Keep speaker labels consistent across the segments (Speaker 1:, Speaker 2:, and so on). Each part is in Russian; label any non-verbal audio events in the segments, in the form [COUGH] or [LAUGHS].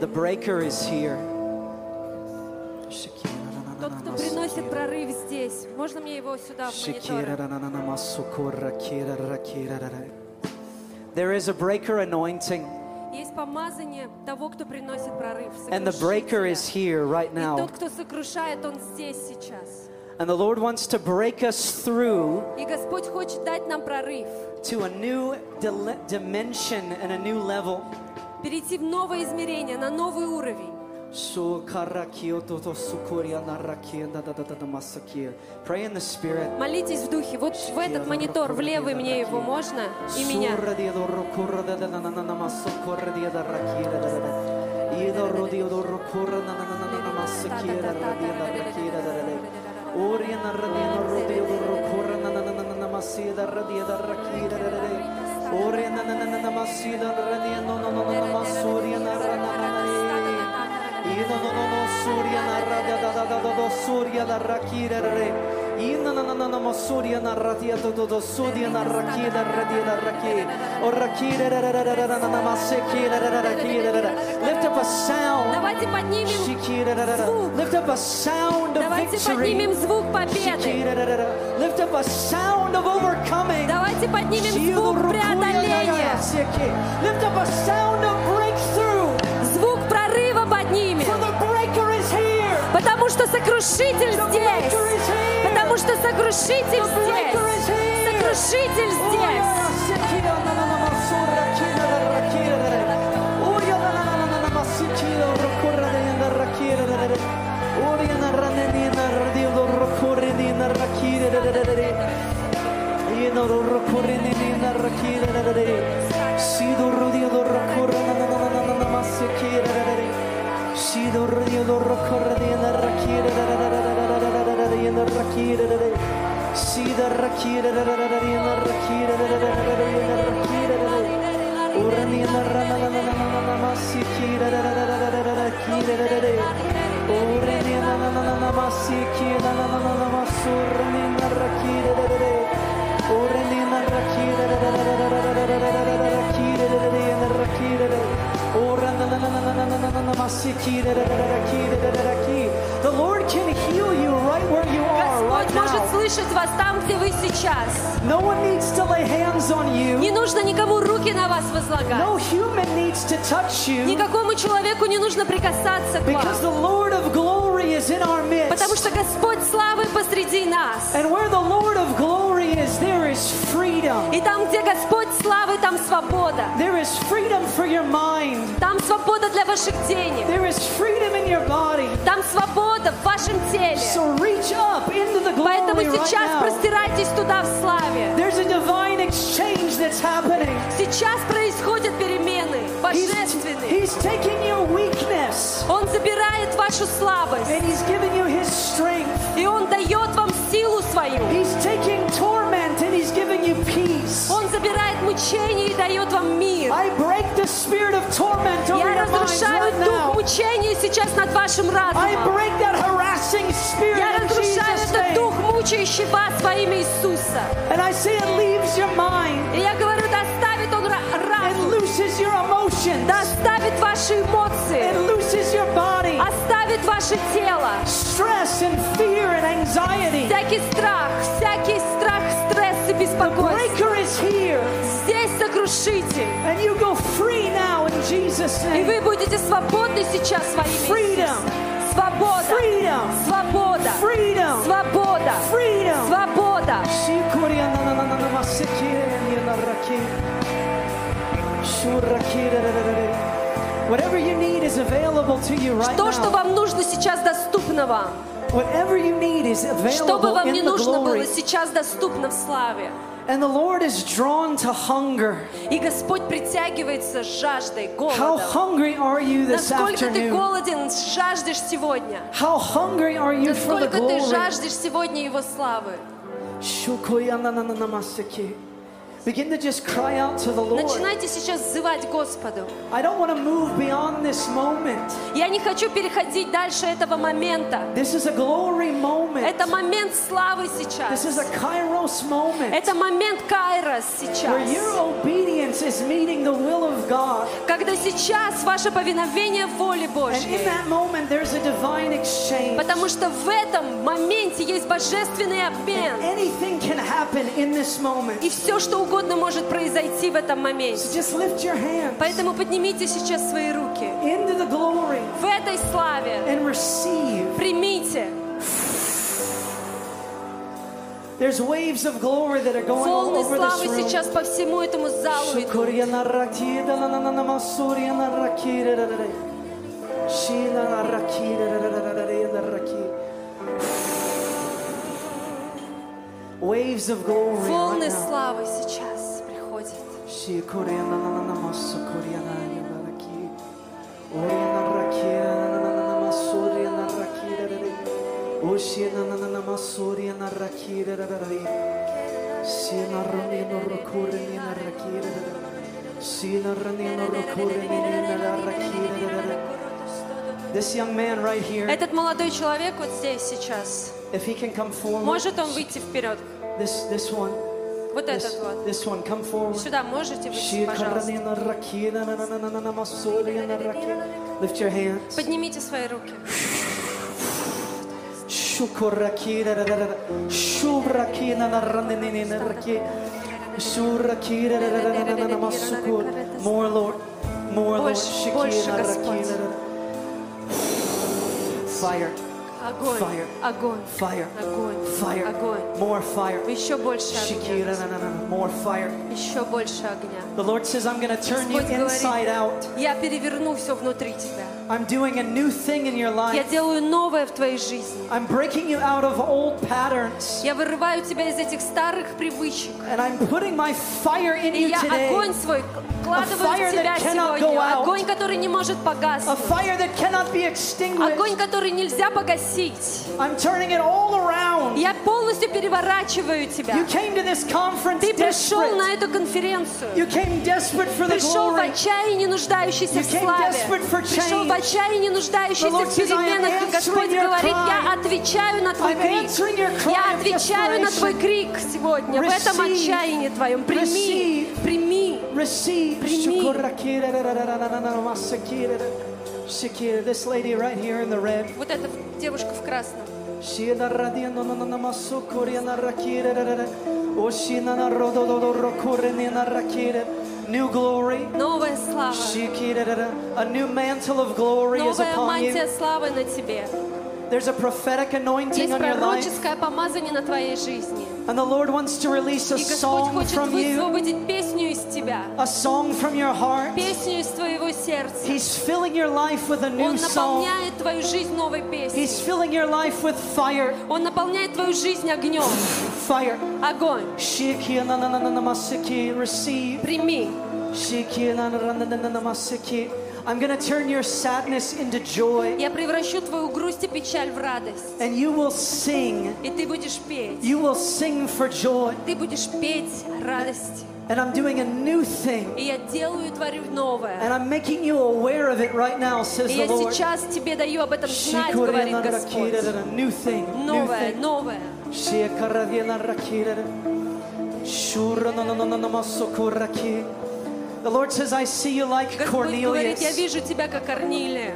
Speaker 1: The breaker is here.
Speaker 2: Тот, кто приносит прорыв здесь, можно мне его сюда в мониторы?
Speaker 1: There is a breaker anointing,
Speaker 2: Есть помазание того, кто приносит прорыв.
Speaker 1: and the breaker is
Speaker 2: сокрушителя.
Speaker 1: here right
Speaker 2: И
Speaker 1: now.
Speaker 2: тот, кто сокрушает, он здесь сейчас.
Speaker 1: And the Lord wants to break us through
Speaker 2: И Господь хочет дать нам прорыв,
Speaker 1: to a new dile- dimension and a new level.
Speaker 2: перейти в новое измерение, на новый уровень.
Speaker 1: Pray in the spirit.
Speaker 2: Молитесь в духе. Вот в этот монитор, в левый мне его можно и меня.
Speaker 1: Lift up a sound.
Speaker 2: Давайте поднимем,
Speaker 1: Lift up a sound of
Speaker 2: давайте
Speaker 1: victory.
Speaker 2: поднимем звук победы.
Speaker 1: Lift up a sound of overcoming.
Speaker 2: Давайте поднимем звук преодоления.
Speaker 1: Lift up a sound of breakthrough.
Speaker 2: Звук прорыва поднимем.
Speaker 1: For the breaker is here.
Speaker 2: Потому что сокрушитель
Speaker 1: The breaker
Speaker 2: здесь.
Speaker 1: is here.
Speaker 2: Потому что сокрушитель
Speaker 1: The breaker is
Speaker 2: здесь.
Speaker 1: here.
Speaker 2: Сокрушитель здесь.
Speaker 1: The Lord can heal you right where you are, right
Speaker 2: Господь может
Speaker 1: now.
Speaker 2: слышать вас там, где вы сейчас.
Speaker 1: No one needs to lay hands on
Speaker 2: Не
Speaker 1: you.
Speaker 2: нужно никому руки на вас возлагать.
Speaker 1: No human needs to touch you.
Speaker 2: Никакому человеку не нужно прикасаться к
Speaker 1: Because
Speaker 2: вам.
Speaker 1: the Lord of glory is in our
Speaker 2: Потому
Speaker 1: midst.
Speaker 2: что Господь славы посреди нас.
Speaker 1: And where the Lord of glory is, there is freedom.
Speaker 2: И там, где Господь славы, там свобода.
Speaker 1: There is freedom for your mind.
Speaker 2: Там свобода для ваших денег.
Speaker 1: There is freedom in your body.
Speaker 2: Там свобода в вашем теле.
Speaker 1: So reach up into the
Speaker 2: Поэтому
Speaker 1: glory right
Speaker 2: сейчас
Speaker 1: now.
Speaker 2: простирайтесь туда в славе.
Speaker 1: There's a divine exchange that's happening.
Speaker 2: Сейчас происходят перемены
Speaker 1: He's,
Speaker 2: божественные.
Speaker 1: he's taking your weakness
Speaker 2: Он забирает вашу слабость.
Speaker 1: and he's giving you his strength.
Speaker 2: И Он дает вам силу свою.
Speaker 1: He's taking torment and he's giving you peace.
Speaker 2: Он забирает мучение и дает вам мир.
Speaker 1: I break the spirit of torment over
Speaker 2: Я
Speaker 1: your minds
Speaker 2: разрушаю
Speaker 1: right
Speaker 2: дух
Speaker 1: now.
Speaker 2: мучения сейчас над вашим
Speaker 1: I
Speaker 2: разумом.
Speaker 1: break that harassing spirit
Speaker 2: Я
Speaker 1: in
Speaker 2: разрушаю
Speaker 1: Jesus'
Speaker 2: этот дух,
Speaker 1: name.
Speaker 2: мучающий вас во имя Иисуса.
Speaker 1: And I say it leaves your mind.
Speaker 2: И я говорю, доставит он ра-
Speaker 1: It
Speaker 2: разум,
Speaker 1: looses your emotions.
Speaker 2: доставит ваши
Speaker 1: It
Speaker 2: эмоции,
Speaker 1: looses your body.
Speaker 2: оставит ваше тело.
Speaker 1: Stress and fear and anxiety.
Speaker 2: Всякий страх, всякий страх, стресс и беспокойство.
Speaker 1: Breaker is here.
Speaker 2: Здесь сокрушитель.
Speaker 1: And you go free now in Jesus'
Speaker 2: И
Speaker 1: name.
Speaker 2: вы будете свободны сейчас во имя Иисуса.
Speaker 1: Freedom.
Speaker 2: Свобода,
Speaker 1: Freedom.
Speaker 2: свобода,
Speaker 1: Freedom.
Speaker 2: свобода,
Speaker 1: Freedom.
Speaker 2: свобода.
Speaker 1: Whatever you need is available to you right
Speaker 2: То, что
Speaker 1: now.
Speaker 2: вам нужно сейчас, доступно вам.
Speaker 1: Whatever you need is
Speaker 2: Что бы
Speaker 1: available
Speaker 2: вам не
Speaker 1: in the
Speaker 2: нужно было,
Speaker 1: glory.
Speaker 2: сейчас доступно в славе.
Speaker 1: And the Lord is drawn to hunger.
Speaker 2: И Господь притягивается с жаждой,
Speaker 1: How
Speaker 2: голодом.
Speaker 1: hungry are you this
Speaker 2: Насколько ты
Speaker 1: afternoon?
Speaker 2: голоден, жаждешь сегодня?
Speaker 1: How hungry are you for the
Speaker 2: Насколько ты
Speaker 1: glory?
Speaker 2: жаждешь сегодня Его славы?
Speaker 1: Begin to just cry out to the Lord.
Speaker 2: Начинайте сейчас взывать Господу.
Speaker 1: I don't want to move beyond this moment.
Speaker 2: Я не хочу переходить дальше этого момента.
Speaker 1: This is a glory moment.
Speaker 2: Это момент славы
Speaker 1: This is
Speaker 2: сейчас.
Speaker 1: a kairos moment
Speaker 2: Это момент Кайрос
Speaker 1: where your
Speaker 2: сейчас.
Speaker 1: obedience is meeting the will of God.
Speaker 2: Когда сейчас ваше повиновение воле
Speaker 1: And in
Speaker 2: Божьей.
Speaker 1: that moment, there's a divine exchange.
Speaker 2: Потому что в этом моменте есть божественный обмен.
Speaker 1: Anything can happen in this moment.
Speaker 2: И все, что угодно может произойти в этом моменте.
Speaker 1: So just lift your hands
Speaker 2: Поэтому поднимите сейчас свои руки.
Speaker 1: into the glory
Speaker 2: В этой славе
Speaker 1: and receive.
Speaker 2: примите
Speaker 1: There's waves of glory that are going all
Speaker 2: волны
Speaker 1: over this
Speaker 2: славы
Speaker 1: room.
Speaker 2: сейчас по всему этому залу. идут.
Speaker 1: Şukurya naraki da la na na na masurya naraki da da da da. Şina naraki da da da da da da da naraki. Waves of glory right
Speaker 2: Волны
Speaker 1: now.
Speaker 2: славы сейчас приходят.
Speaker 1: Şukurya na na na na masukurya na na naraki. Orya naraki na na na na na masurya naraki da da da. Oşina na na na masurya naraki da da da da. Sina ranino rokure nina rakira da da. Sina ranino rokure nina da rakira da da da. This young man right here,
Speaker 2: Этот молодой человек вот здесь сейчас,
Speaker 1: if he can come forward,
Speaker 2: может он выйти вперед?
Speaker 1: this this one,
Speaker 2: Вот
Speaker 1: this,
Speaker 2: этот вот.
Speaker 1: this one, come forward.
Speaker 2: Сюда можете выйти,
Speaker 1: Shika
Speaker 2: пожалуйста?
Speaker 1: ranino rakira na na na na na na masuri na rakira. Lift your hands.
Speaker 2: Поднимите свои руки.
Speaker 1: Shukurakira da da da da. Shubrakina na ranini na raki. Shurakira da da da da da da da masukur. More Lord, more Lord.
Speaker 2: Больше, больше,
Speaker 1: Shikira
Speaker 2: Господь.
Speaker 1: rakira da da. Fire,
Speaker 2: Огонь,
Speaker 1: Fire.
Speaker 2: огонь,
Speaker 1: fire,
Speaker 2: огонь,
Speaker 1: fire,
Speaker 2: огонь.
Speaker 1: more fire.
Speaker 2: Еще больше огня,
Speaker 1: Shikira na na na, more fire.
Speaker 2: Господь. еще больше огня.
Speaker 1: The Lord says, I'm going to turn you
Speaker 2: Господь говорит,
Speaker 1: inside out.
Speaker 2: Я переверну все внутри тебя.
Speaker 1: I'm doing a new thing in your
Speaker 2: Я
Speaker 1: life.
Speaker 2: делаю новое в твоей жизни.
Speaker 1: I'm breaking you out of old patterns.
Speaker 2: Я вырываю тебя из этих старых привычек.
Speaker 1: And I'm putting my fire in
Speaker 2: И
Speaker 1: you
Speaker 2: я
Speaker 1: today.
Speaker 2: огонь свой
Speaker 1: fire
Speaker 2: вкладываю в тебя
Speaker 1: that cannot go
Speaker 2: сегодня.
Speaker 1: out.
Speaker 2: Огонь, который не может
Speaker 1: A
Speaker 2: погаснуть.
Speaker 1: fire that cannot be extinguished.
Speaker 2: Огонь, который нельзя погасить.
Speaker 1: I'm turning it all around.
Speaker 2: Я полностью переворачиваю
Speaker 1: You
Speaker 2: тебя.
Speaker 1: came to this conference
Speaker 2: Ты пришел
Speaker 1: desperate.
Speaker 2: на эту конференцию.
Speaker 1: You came desperate for the
Speaker 2: Пришел в
Speaker 1: glory.
Speaker 2: отчаянии, нуждающийся
Speaker 1: You
Speaker 2: в
Speaker 1: came
Speaker 2: славе.
Speaker 1: desperate for change.
Speaker 2: Пришел в отчаянии, нуждающийся
Speaker 1: The Lord
Speaker 2: в
Speaker 1: says, "I am
Speaker 2: переменах. И
Speaker 1: answering
Speaker 2: Господь
Speaker 1: your
Speaker 2: говорит, я
Speaker 1: cry.
Speaker 2: отвечаю на твой
Speaker 1: I'm
Speaker 2: крик.
Speaker 1: answering your cry
Speaker 2: Я
Speaker 1: of
Speaker 2: отвечаю на
Speaker 1: desperation.
Speaker 2: твой крик сегодня. В этом
Speaker 1: Receive.
Speaker 2: отчаянии твоем. Прими,
Speaker 1: Receive.
Speaker 2: прими.
Speaker 1: Receive.
Speaker 2: Прими.
Speaker 1: Shakira, this lady right here in the red.
Speaker 2: Вот эта девушка в красном.
Speaker 1: Shida radia no no no no masukuria na rakire re re re. Oshina na rodo do do rokure ni na rakire. New glory.
Speaker 2: Новая слава.
Speaker 1: Shikire re re. A new mantle of glory is
Speaker 2: Новая
Speaker 1: upon
Speaker 2: мантия
Speaker 1: you.
Speaker 2: славы на тебе.
Speaker 1: There's a prophetic anointing
Speaker 2: Есть
Speaker 1: on your life.
Speaker 2: пророческое помазание на твоей жизни.
Speaker 1: And the Lord wants to release a
Speaker 2: И Господь
Speaker 1: song
Speaker 2: хочет
Speaker 1: from you,
Speaker 2: высвободить песню из тебя,
Speaker 1: a song from your heart.
Speaker 2: песню из твоего сердца.
Speaker 1: He's filling your life with a
Speaker 2: Он
Speaker 1: new song.
Speaker 2: наполняет твою жизнь новой песней.
Speaker 1: He's filling your life with fire,
Speaker 2: Он наполняет твою жизнь огнем.
Speaker 1: fire.
Speaker 2: Огонь.
Speaker 1: Shikira na na na na na masiki. Receive.
Speaker 2: Прими.
Speaker 1: I'm going to turn your sadness into joy,
Speaker 2: Я превращу твою грусть и печаль в радость.
Speaker 1: and you will sing.
Speaker 2: И ты будешь петь.
Speaker 1: You will sing for joy.
Speaker 2: Ты будешь петь радости.
Speaker 1: And I'm doing a new thing,
Speaker 2: И я делаю и творю новое.
Speaker 1: and I'm making you aware of it right now, says
Speaker 2: И
Speaker 1: the
Speaker 2: я
Speaker 1: Lord.
Speaker 2: сейчас тебе даю об этом знать, говорит Господь.
Speaker 1: New thing, new
Speaker 2: Новое,
Speaker 1: thing.
Speaker 2: новое.
Speaker 1: The Lord says, I see you like
Speaker 2: Господь говорит, я
Speaker 1: Cornelius,
Speaker 2: вижу тебя как Корнилия.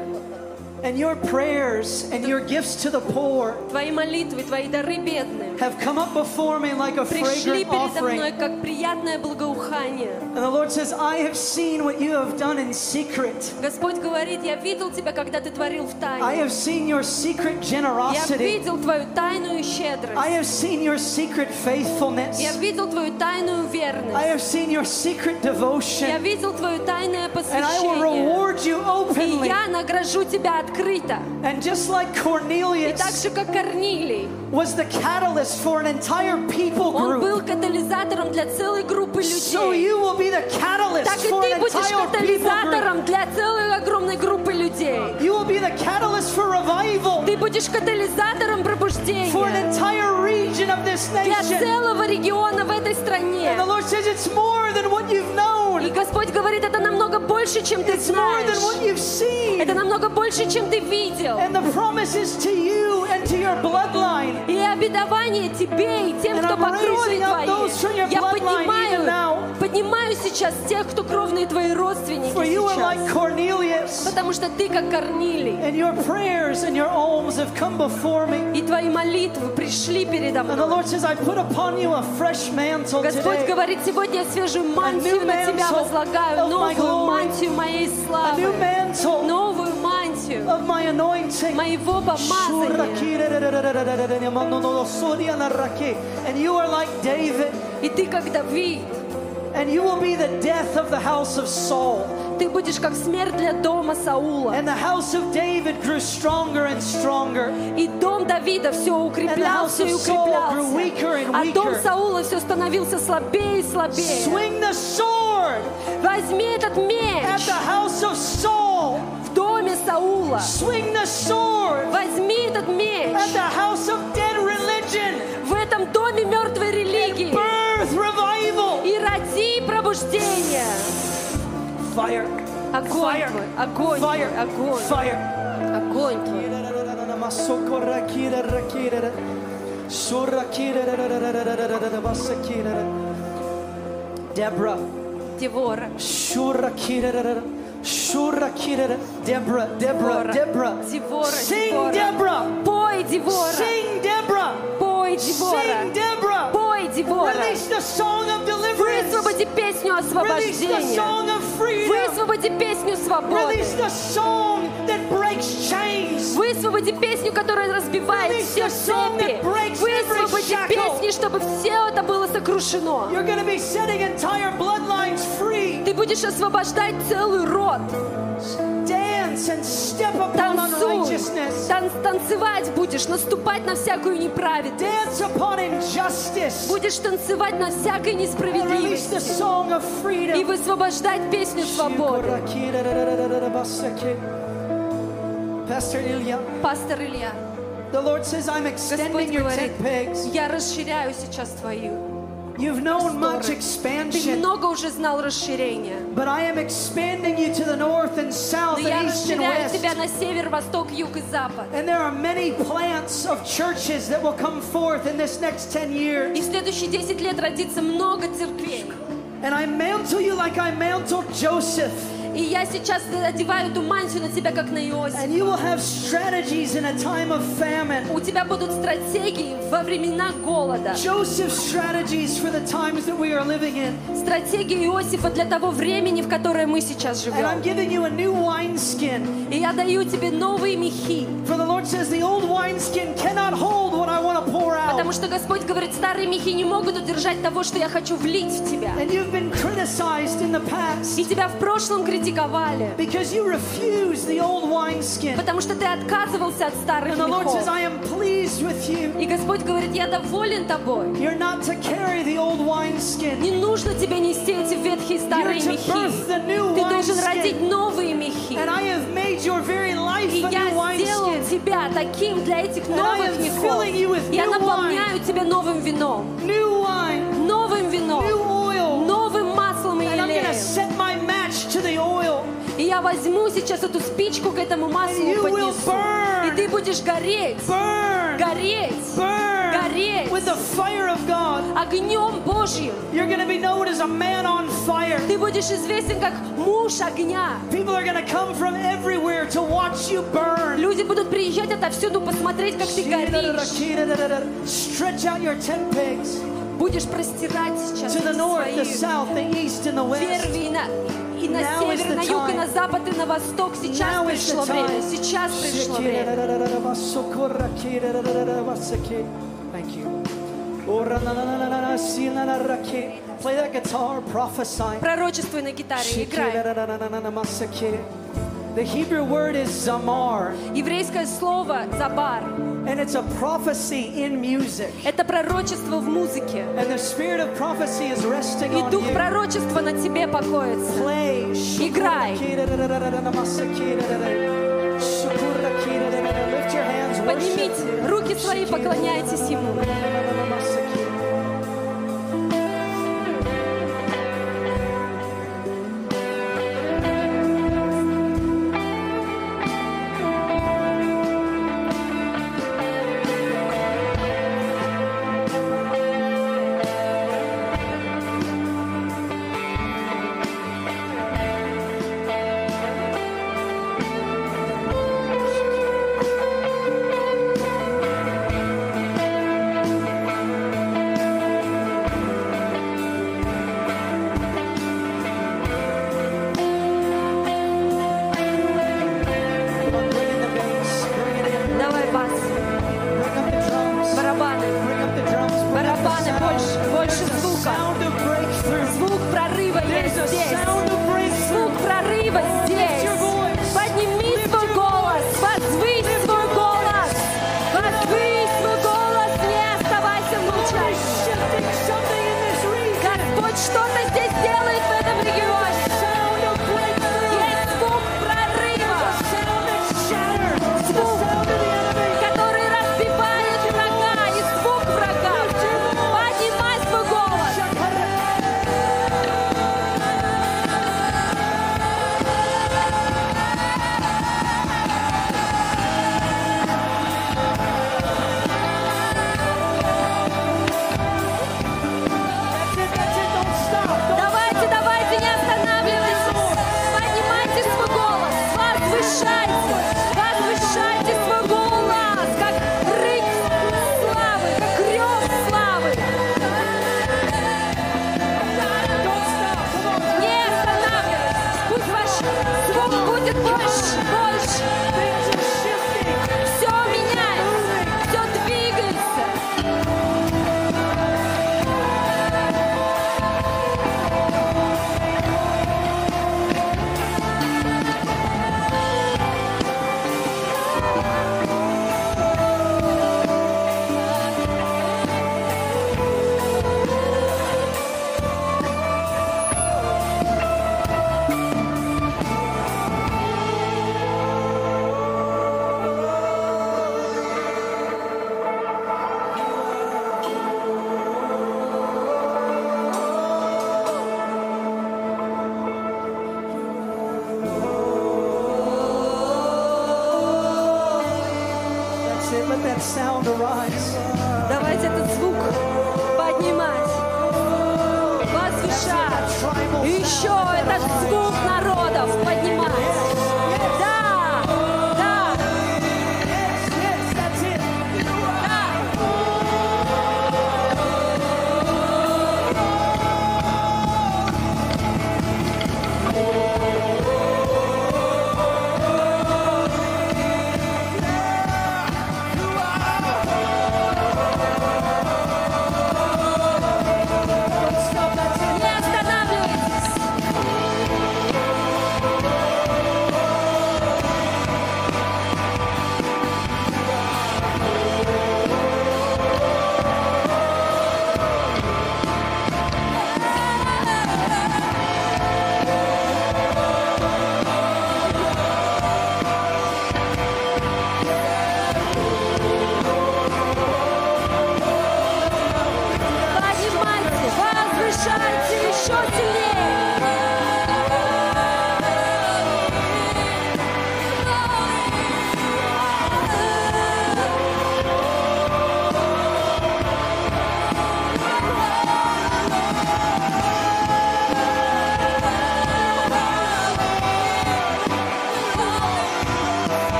Speaker 1: and your prayers and your gifts to the poor.
Speaker 2: Твои молитвы, твои дары бедным
Speaker 1: have come up before me like a
Speaker 2: пришли
Speaker 1: fragrant
Speaker 2: передо
Speaker 1: offering.
Speaker 2: мной как приятное благоухание.
Speaker 1: And the Lord says, I have seen what you have done in secret.
Speaker 2: Господь говорит, я видел тебя, когда ты творил в
Speaker 1: I
Speaker 2: тайне.
Speaker 1: have seen your secret
Speaker 2: Я
Speaker 1: generosity.
Speaker 2: видел твою тайную
Speaker 1: I
Speaker 2: щедрость.
Speaker 1: have seen your secret
Speaker 2: Я
Speaker 1: faithfulness.
Speaker 2: видел твою тайную
Speaker 1: I
Speaker 2: верность.
Speaker 1: have seen your secret
Speaker 2: Я
Speaker 1: devotion.
Speaker 2: видел твое тайное
Speaker 1: And I will
Speaker 2: посвящение.
Speaker 1: reward you
Speaker 2: И
Speaker 1: openly.
Speaker 2: я награжу тебя открыто.
Speaker 1: And just like
Speaker 2: И так
Speaker 1: Cornelius
Speaker 2: же, как Корнилий,
Speaker 1: was the catalyst for an entire people
Speaker 2: он
Speaker 1: group,
Speaker 2: был катализатором для целой группы
Speaker 1: so
Speaker 2: людей.
Speaker 1: you will be the catalyst
Speaker 2: Так и
Speaker 1: for
Speaker 2: ты
Speaker 1: an
Speaker 2: будешь
Speaker 1: entire people group.
Speaker 2: катализатором для целой огромной группы людей.
Speaker 1: You will be the catalyst for revival
Speaker 2: Ты будешь катализатором
Speaker 1: for an
Speaker 2: пробуждения
Speaker 1: entire region of this
Speaker 2: для
Speaker 1: nation.
Speaker 2: целого региона в этой
Speaker 1: And the
Speaker 2: стране.
Speaker 1: Lord says it's more than what you've
Speaker 2: И
Speaker 1: known.
Speaker 2: Господь говорит, это намного больше, чем ты
Speaker 1: It's more than what
Speaker 2: знаешь.
Speaker 1: you've seen.
Speaker 2: Это намного больше, чем ты видел.
Speaker 1: And the promise is to you and to your bloodline.
Speaker 2: И обетование тебе и тем,
Speaker 1: And
Speaker 2: кто
Speaker 1: I'm
Speaker 2: по крови
Speaker 1: raising up those from
Speaker 2: твоей.
Speaker 1: your
Speaker 2: Я
Speaker 1: bloodline even
Speaker 2: поднимаю,
Speaker 1: now.
Speaker 2: поднимаю сейчас тех, кто кровные твои родственники
Speaker 1: For you are like
Speaker 2: сейчас.
Speaker 1: Cornelius,
Speaker 2: Потому что ты как Корнилий.
Speaker 1: and your prayers and your alms have come before me.
Speaker 2: И твои молитвы пришли передо
Speaker 1: And the
Speaker 2: мной.
Speaker 1: Lord says, I put upon you a fresh mantle
Speaker 2: Господь
Speaker 1: today.
Speaker 2: говорит, сегодня я свежую мантию
Speaker 1: new
Speaker 2: на тебя
Speaker 1: mantle
Speaker 2: возлагаю,
Speaker 1: of my
Speaker 2: новую
Speaker 1: glory.
Speaker 2: мантию моей
Speaker 1: A new
Speaker 2: славы,
Speaker 1: mantle
Speaker 2: новую мантию
Speaker 1: of my anointing.
Speaker 2: моего помазания.
Speaker 1: And you are like David,
Speaker 2: И ты, как Давид,
Speaker 1: and you will be the death of the house of Saul.
Speaker 2: ты будешь как смерть для дома Саула.
Speaker 1: And the house of David grew stronger and stronger.
Speaker 2: И дом Давида все укреплялся и
Speaker 1: And the house of Saul
Speaker 2: укреплялся.
Speaker 1: grew weaker and
Speaker 2: А дом
Speaker 1: weaker.
Speaker 2: Саула все становился слабее и слабее.
Speaker 1: Swing the sword
Speaker 2: Возьми этот
Speaker 1: at
Speaker 2: меч
Speaker 1: the house of Saul.
Speaker 2: в доме Саула.
Speaker 1: Swing the sword
Speaker 2: Возьми этот
Speaker 1: at
Speaker 2: меч
Speaker 1: the house of dead religion.
Speaker 2: в этом доме мертвой религии.
Speaker 1: Birth revival.
Speaker 2: И ради пробуждение.
Speaker 1: Fire.
Speaker 2: Огонь
Speaker 1: Fire.
Speaker 2: твой, огонь твой,
Speaker 1: Fire.
Speaker 2: огонь,
Speaker 1: Fire.
Speaker 2: огонь твой.
Speaker 1: Deborah.
Speaker 2: Девора,
Speaker 1: Shurakirara, shurakirara. Deborah,
Speaker 2: Deborah,
Speaker 1: Deborah, Deborah.
Speaker 2: Deborah,
Speaker 1: Sing
Speaker 2: Deborah.
Speaker 1: Deborah.
Speaker 2: пой, Девора,
Speaker 1: Sing Deborah.
Speaker 2: пой,
Speaker 1: Sing
Speaker 2: Девора,
Speaker 1: Deborah.
Speaker 2: пой, Девора.
Speaker 1: Release the song of deliverance.
Speaker 2: Высвободи песню
Speaker 1: Release the
Speaker 2: освобождения.
Speaker 1: song of freedom.
Speaker 2: Высвободи песню свободы.
Speaker 1: Release the song that breaks chains.
Speaker 2: Высвободи песню, которая разбивает
Speaker 1: Release
Speaker 2: все
Speaker 1: the song
Speaker 2: цепи.
Speaker 1: that breaks every
Speaker 2: Высвободи
Speaker 1: shackle.
Speaker 2: песни, чтобы все это было сокрушено.
Speaker 1: You're going to be setting entire bloodlines free.
Speaker 2: Ты будешь освобождать целый род.
Speaker 1: Dance and step upon
Speaker 2: Танцуй.
Speaker 1: unrighteousness.
Speaker 2: Тан- танцевать будешь, наступать на всякую неправедность.
Speaker 1: Dance upon injustice.
Speaker 2: Будешь танцевать на всякой
Speaker 1: And release the
Speaker 2: несправедливости.
Speaker 1: song of freedom.
Speaker 2: И высвобождать песню свободы.
Speaker 1: Pastor Ilya,
Speaker 2: Пастор Илья,
Speaker 1: the Lord says, I'm
Speaker 2: Господь
Speaker 1: extending your
Speaker 2: говорит,
Speaker 1: tent pegs.
Speaker 2: я расширяю сейчас твою.
Speaker 1: You've known much
Speaker 2: Ты
Speaker 1: expansion,
Speaker 2: много уже знал расширения.
Speaker 1: but I am expanding you to the north and south
Speaker 2: Но я
Speaker 1: and east and
Speaker 2: расширяю тебя
Speaker 1: west.
Speaker 2: на север, восток, юг и запад.
Speaker 1: And there are many plants of churches that will come forth in this next 10
Speaker 2: И
Speaker 1: years.
Speaker 2: в следующие 10 лет родится много церквей.
Speaker 1: And I mantle you like I mantled Joseph.
Speaker 2: И я сейчас одеваю эту мантию на тебя, как на Иосиф.
Speaker 1: And you will have strategies in a time of famine.
Speaker 2: У тебя будут стратегии во времена голода.
Speaker 1: Joseph's strategies for the times that we are living in.
Speaker 2: Стратегии Иосифа для того времени, в которое мы сейчас
Speaker 1: And I'm
Speaker 2: живем.
Speaker 1: giving you a new wineskin.
Speaker 2: И я даю тебе новые мехи.
Speaker 1: For the Lord says the old wineskin cannot hold what I want to pour
Speaker 2: Потому
Speaker 1: out.
Speaker 2: что Господь говорит, старые мехи не могут удержать того, что я хочу влить в тебя.
Speaker 1: And you've been criticized in the
Speaker 2: И
Speaker 1: past
Speaker 2: тебя в прошлом критиковали.
Speaker 1: because you refuse the old wineskin.
Speaker 2: Потому что ты отказывался от старых
Speaker 1: And the Lord says,
Speaker 2: мехов.
Speaker 1: I am pleased with you.
Speaker 2: И Господь говорит, я доволен тобой.
Speaker 1: You're not to carry the old wineskin.
Speaker 2: Не нужно тебе нести эти ветхие старые
Speaker 1: You're to birth the new
Speaker 2: мехи. Ты должен
Speaker 1: wineskin.
Speaker 2: родить новые мехи.
Speaker 1: And I have made your very life
Speaker 2: И
Speaker 1: a new
Speaker 2: я сделал
Speaker 1: wineskin.
Speaker 2: тебя таким для этих
Speaker 1: And I
Speaker 2: новых
Speaker 1: am filling you
Speaker 2: мехов.
Speaker 1: with
Speaker 2: Я
Speaker 1: new
Speaker 2: наполняю тебя новым вином.
Speaker 1: New wine,
Speaker 2: Новым
Speaker 1: new
Speaker 2: вином.
Speaker 1: oil.
Speaker 2: Новым маслом и
Speaker 1: And I'm going to
Speaker 2: елеем.
Speaker 1: set my match to the oil.
Speaker 2: И я возьму сейчас эту спичку к этому маслу
Speaker 1: And you will
Speaker 2: поднесу.
Speaker 1: burn.
Speaker 2: И ты будешь гореть.
Speaker 1: Burn!
Speaker 2: Гореть.
Speaker 1: burn
Speaker 2: Гореть.
Speaker 1: with the fire of God.
Speaker 2: Огнем Божьим.
Speaker 1: You're going to be known as a man on fire.
Speaker 2: Ты будешь известен как муж огня.
Speaker 1: People are going to come from everywhere to watch you burn.
Speaker 2: Люди будут приезжать отовсюду посмотреть, как ты горишь.
Speaker 1: Stretch out your tent pegs
Speaker 2: Будешь простирать сейчас
Speaker 1: to the north, the
Speaker 2: свои
Speaker 1: south, the east, and the west.
Speaker 2: верви и на, и на
Speaker 1: Now is
Speaker 2: север,
Speaker 1: the
Speaker 2: и на юг, и
Speaker 1: time.
Speaker 2: на запад, и на восток. Сейчас
Speaker 1: Now is
Speaker 2: пришло
Speaker 1: the time.
Speaker 2: время. Сейчас пришло время.
Speaker 1: Thank you. Play that guitar, prophesy.
Speaker 2: Пророчествуй на гитаре, играй.
Speaker 1: This The Hebrew word is zamar,
Speaker 2: Еврейское слово «забар»
Speaker 1: and it's a prophecy in music.
Speaker 2: — это пророчество в музыке.
Speaker 1: And the spirit of prophecy is resting
Speaker 2: И
Speaker 1: on
Speaker 2: дух
Speaker 1: you.
Speaker 2: пророчества на тебе покоится.
Speaker 1: Play.
Speaker 2: Играй.
Speaker 1: Lift your hands, worship.
Speaker 2: Поднимите руки свои, поклоняйтесь Ему.
Speaker 1: Come on, bring in the bass, bring it in,
Speaker 2: Давай бас,
Speaker 1: bring up the drums.
Speaker 2: барабаны.
Speaker 1: Bring up the drums, bring up the
Speaker 2: Барабаны,
Speaker 1: sound.
Speaker 2: больше- больше
Speaker 1: There's a
Speaker 2: звука.
Speaker 1: sound of breakthrough.
Speaker 2: Звук прорыва
Speaker 1: There's
Speaker 2: есть
Speaker 1: a
Speaker 2: здесь.
Speaker 1: sound of breakthrough.
Speaker 2: Звук прорыва здесь. Подними свой голос, возвысь свой голос. Возвысь свой голос, не оставайся в лучах. Господь что-то здесь делает в этом регионе. Есть звук прорыва. Звук, который разбивает врага. И звук врага. Поднимай свой голос. Давайте, давайте, не останавливайтесь. Поднимайте свой голос, возвышайте, возвышайте свой голос, как рык славы, как рев славы. Не останавливайтесь, пусть ваш звук будет больше, больше. Все меняется, все двигается.
Speaker 1: That's it, let that sound arise.
Speaker 2: Давайте этот звук поднимать, возвышать. И еще этот звук народов поднимать. Да, да,
Speaker 1: Yes, yes, that's it.
Speaker 2: да.
Speaker 1: Don't stop, that's it.
Speaker 2: Не останавливайтесь.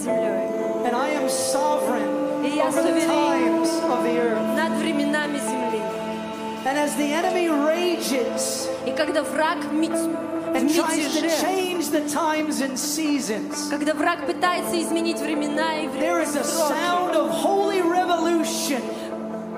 Speaker 1: am sovereign
Speaker 2: И я
Speaker 1: over the
Speaker 2: суверен.
Speaker 1: times of the earth.
Speaker 2: над временами земли.
Speaker 1: And as the enemy rages
Speaker 2: И когда враг в мит- в
Speaker 1: and tries to
Speaker 2: мятеже,
Speaker 1: change the times and seasons,
Speaker 2: когда враг пытается изменить времена и
Speaker 1: there
Speaker 2: время
Speaker 1: is a sound of holy revolution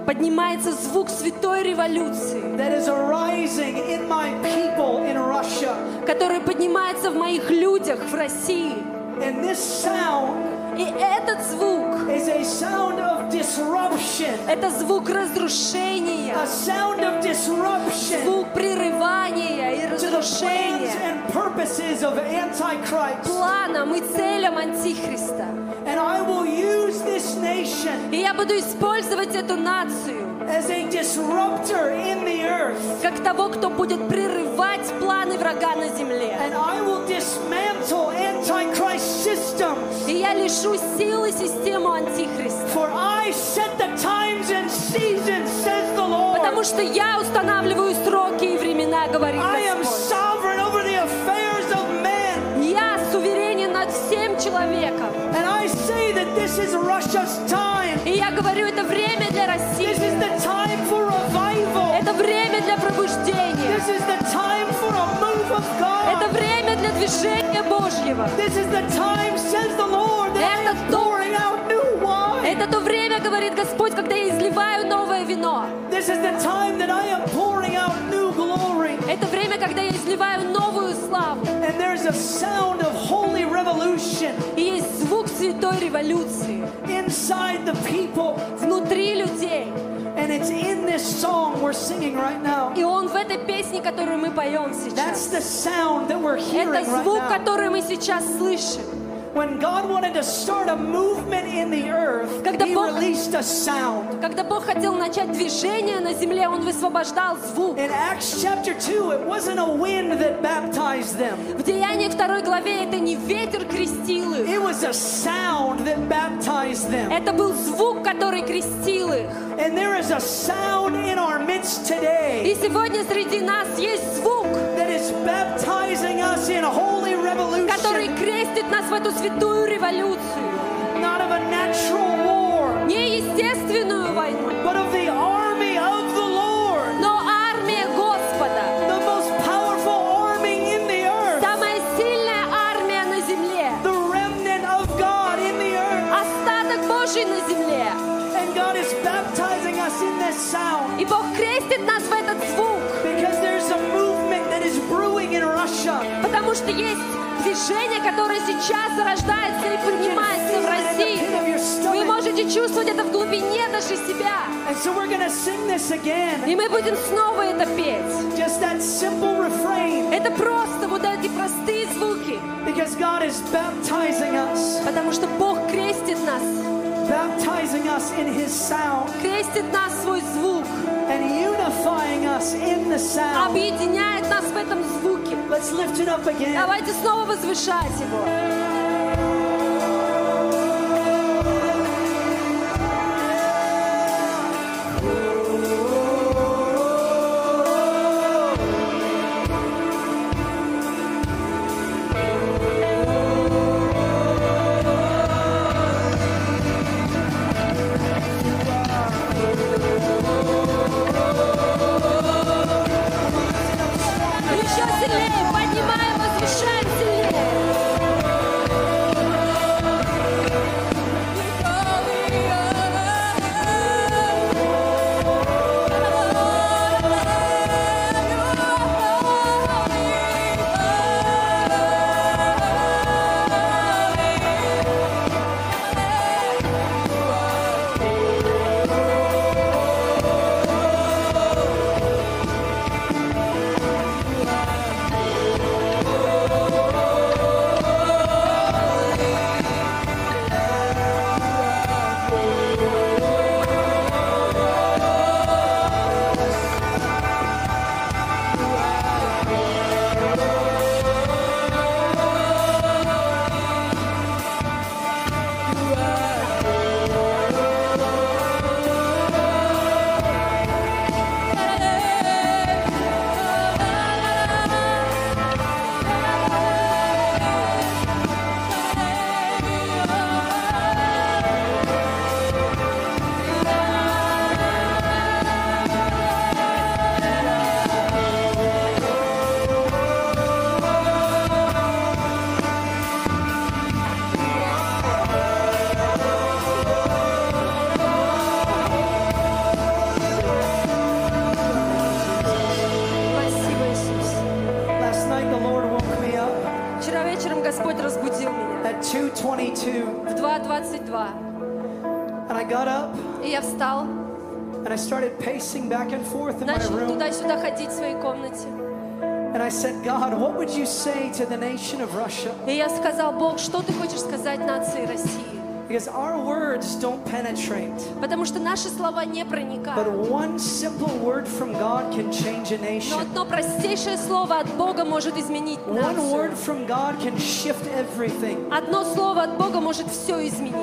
Speaker 2: поднимается звук святой революции,
Speaker 1: that is arising in my people in Russia.
Speaker 2: который поднимается в моих людях в России.
Speaker 1: And this sound
Speaker 2: И этот звук,
Speaker 1: is a sound of disruption,
Speaker 2: это звук разрушения,
Speaker 1: a sound of disruption
Speaker 2: звук прерывания и
Speaker 1: to the plans
Speaker 2: разрушения
Speaker 1: and purposes of Antichrist.
Speaker 2: планам и целям Антихриста.
Speaker 1: And I will use this nation
Speaker 2: И я буду использовать эту нацию
Speaker 1: as a disruptor in the earth.
Speaker 2: как того, кто будет прерывать планы врага на земле.
Speaker 1: And I will dismantle Antichrist systems.
Speaker 2: И я лишу силы систему Антихриста.
Speaker 1: For I set the times and seasons, says the Lord.
Speaker 2: Потому что я устанавливаю сроки и времена, говорит
Speaker 1: I am
Speaker 2: Господь.
Speaker 1: sovereign over the affairs of men.
Speaker 2: Я суверенен над всем человеком.
Speaker 1: And I say that this is Russia's time.
Speaker 2: И я говорю, это время для
Speaker 1: This is
Speaker 2: России.
Speaker 1: the time for revival.
Speaker 2: Это время для пробуждения.
Speaker 1: This is the time for a move of
Speaker 2: Это
Speaker 1: God.
Speaker 2: время для движения Божьего.
Speaker 1: This is the time, says the Lord, that I am
Speaker 2: Это то-
Speaker 1: pouring out new wine.
Speaker 2: Это то время, говорит Господь, когда я изливаю новое вино.
Speaker 1: This is the time that I am pouring out new glory.
Speaker 2: Это время, когда я изливаю новую славу.
Speaker 1: And there's a sound of holy revolution
Speaker 2: И есть звук святой революции
Speaker 1: inside the people.
Speaker 2: внутри людей.
Speaker 1: And it's in this song we're singing right now.
Speaker 2: И он в этой песне, которую мы поем
Speaker 1: That's
Speaker 2: сейчас.
Speaker 1: the sound that we're
Speaker 2: Это
Speaker 1: hearing
Speaker 2: звук,
Speaker 1: right now.
Speaker 2: который мы сейчас слышим.
Speaker 1: When God wanted to start a movement in the earth,
Speaker 2: Когда
Speaker 1: He
Speaker 2: Бог-
Speaker 1: released a sound.
Speaker 2: Когда Бог хотел начать движение на земле, Он высвобождал звук.
Speaker 1: In Acts chapter 2, it wasn't a wind that baptized them.
Speaker 2: В Деянии второй главе это не ветер крестил их.
Speaker 1: It was a sound that baptized them.
Speaker 2: Это был звук, который крестил их.
Speaker 1: And there is a sound in our midst today.
Speaker 2: И сегодня среди нас есть звук,
Speaker 1: that is baptizing us in holy
Speaker 2: который
Speaker 1: revolution,
Speaker 2: крестит нас в эту святую революцию.
Speaker 1: not of a natural war,
Speaker 2: Не естественную войну,
Speaker 1: but of the army of the Lord,
Speaker 2: но армия Господа.
Speaker 1: the most powerful army in the earth,
Speaker 2: Самая сильная армия на земле.
Speaker 1: the remnant of God in the earth.
Speaker 2: Остаток Божий на земле.
Speaker 1: And God is baptizing us in this sound
Speaker 2: И Бог крестит нас в этот звук.
Speaker 1: because there's a movement that is brewing in Russia.
Speaker 2: Потому что есть движение, которое сейчас зарождается и поднимается в России. Вы можете чувствовать это в глубине даже себя.
Speaker 1: And so we're going to sing this again.
Speaker 2: И мы будем снова это петь.
Speaker 1: Just that simple refrain
Speaker 2: Это просто вот эти простые звуки.
Speaker 1: because God is baptizing us,
Speaker 2: Потому что Бог крестит нас.
Speaker 1: baptizing us in His sound.
Speaker 2: Крестит нас свой звук.
Speaker 1: and unifying us in the sound.
Speaker 2: Объединяет нас в этом звуке.
Speaker 1: Let's lift it up again.
Speaker 2: Давайте снова возвышать его. Еще сильнее поднимаем, возвышаем сильнее. бешенства.
Speaker 1: And I got up
Speaker 2: И я встал,
Speaker 1: and I started pacing back and forth in my
Speaker 2: начал
Speaker 1: room.
Speaker 2: туда-сюда ходить в своей комнате.
Speaker 1: And I said, God, what would you say to the nation of Russia?
Speaker 2: И я сказал, Бог, что ты хочешь сказать нации России?
Speaker 1: Because our words don't penetrate,
Speaker 2: Потому что наши слова не
Speaker 1: but
Speaker 2: проникают.
Speaker 1: one simple word from God can change a
Speaker 2: Но
Speaker 1: nation.
Speaker 2: одно простейшее слово от Бога может изменить
Speaker 1: One word
Speaker 2: нацию.
Speaker 1: from God can shift everything.
Speaker 2: Одно слово от Бога может все изменить.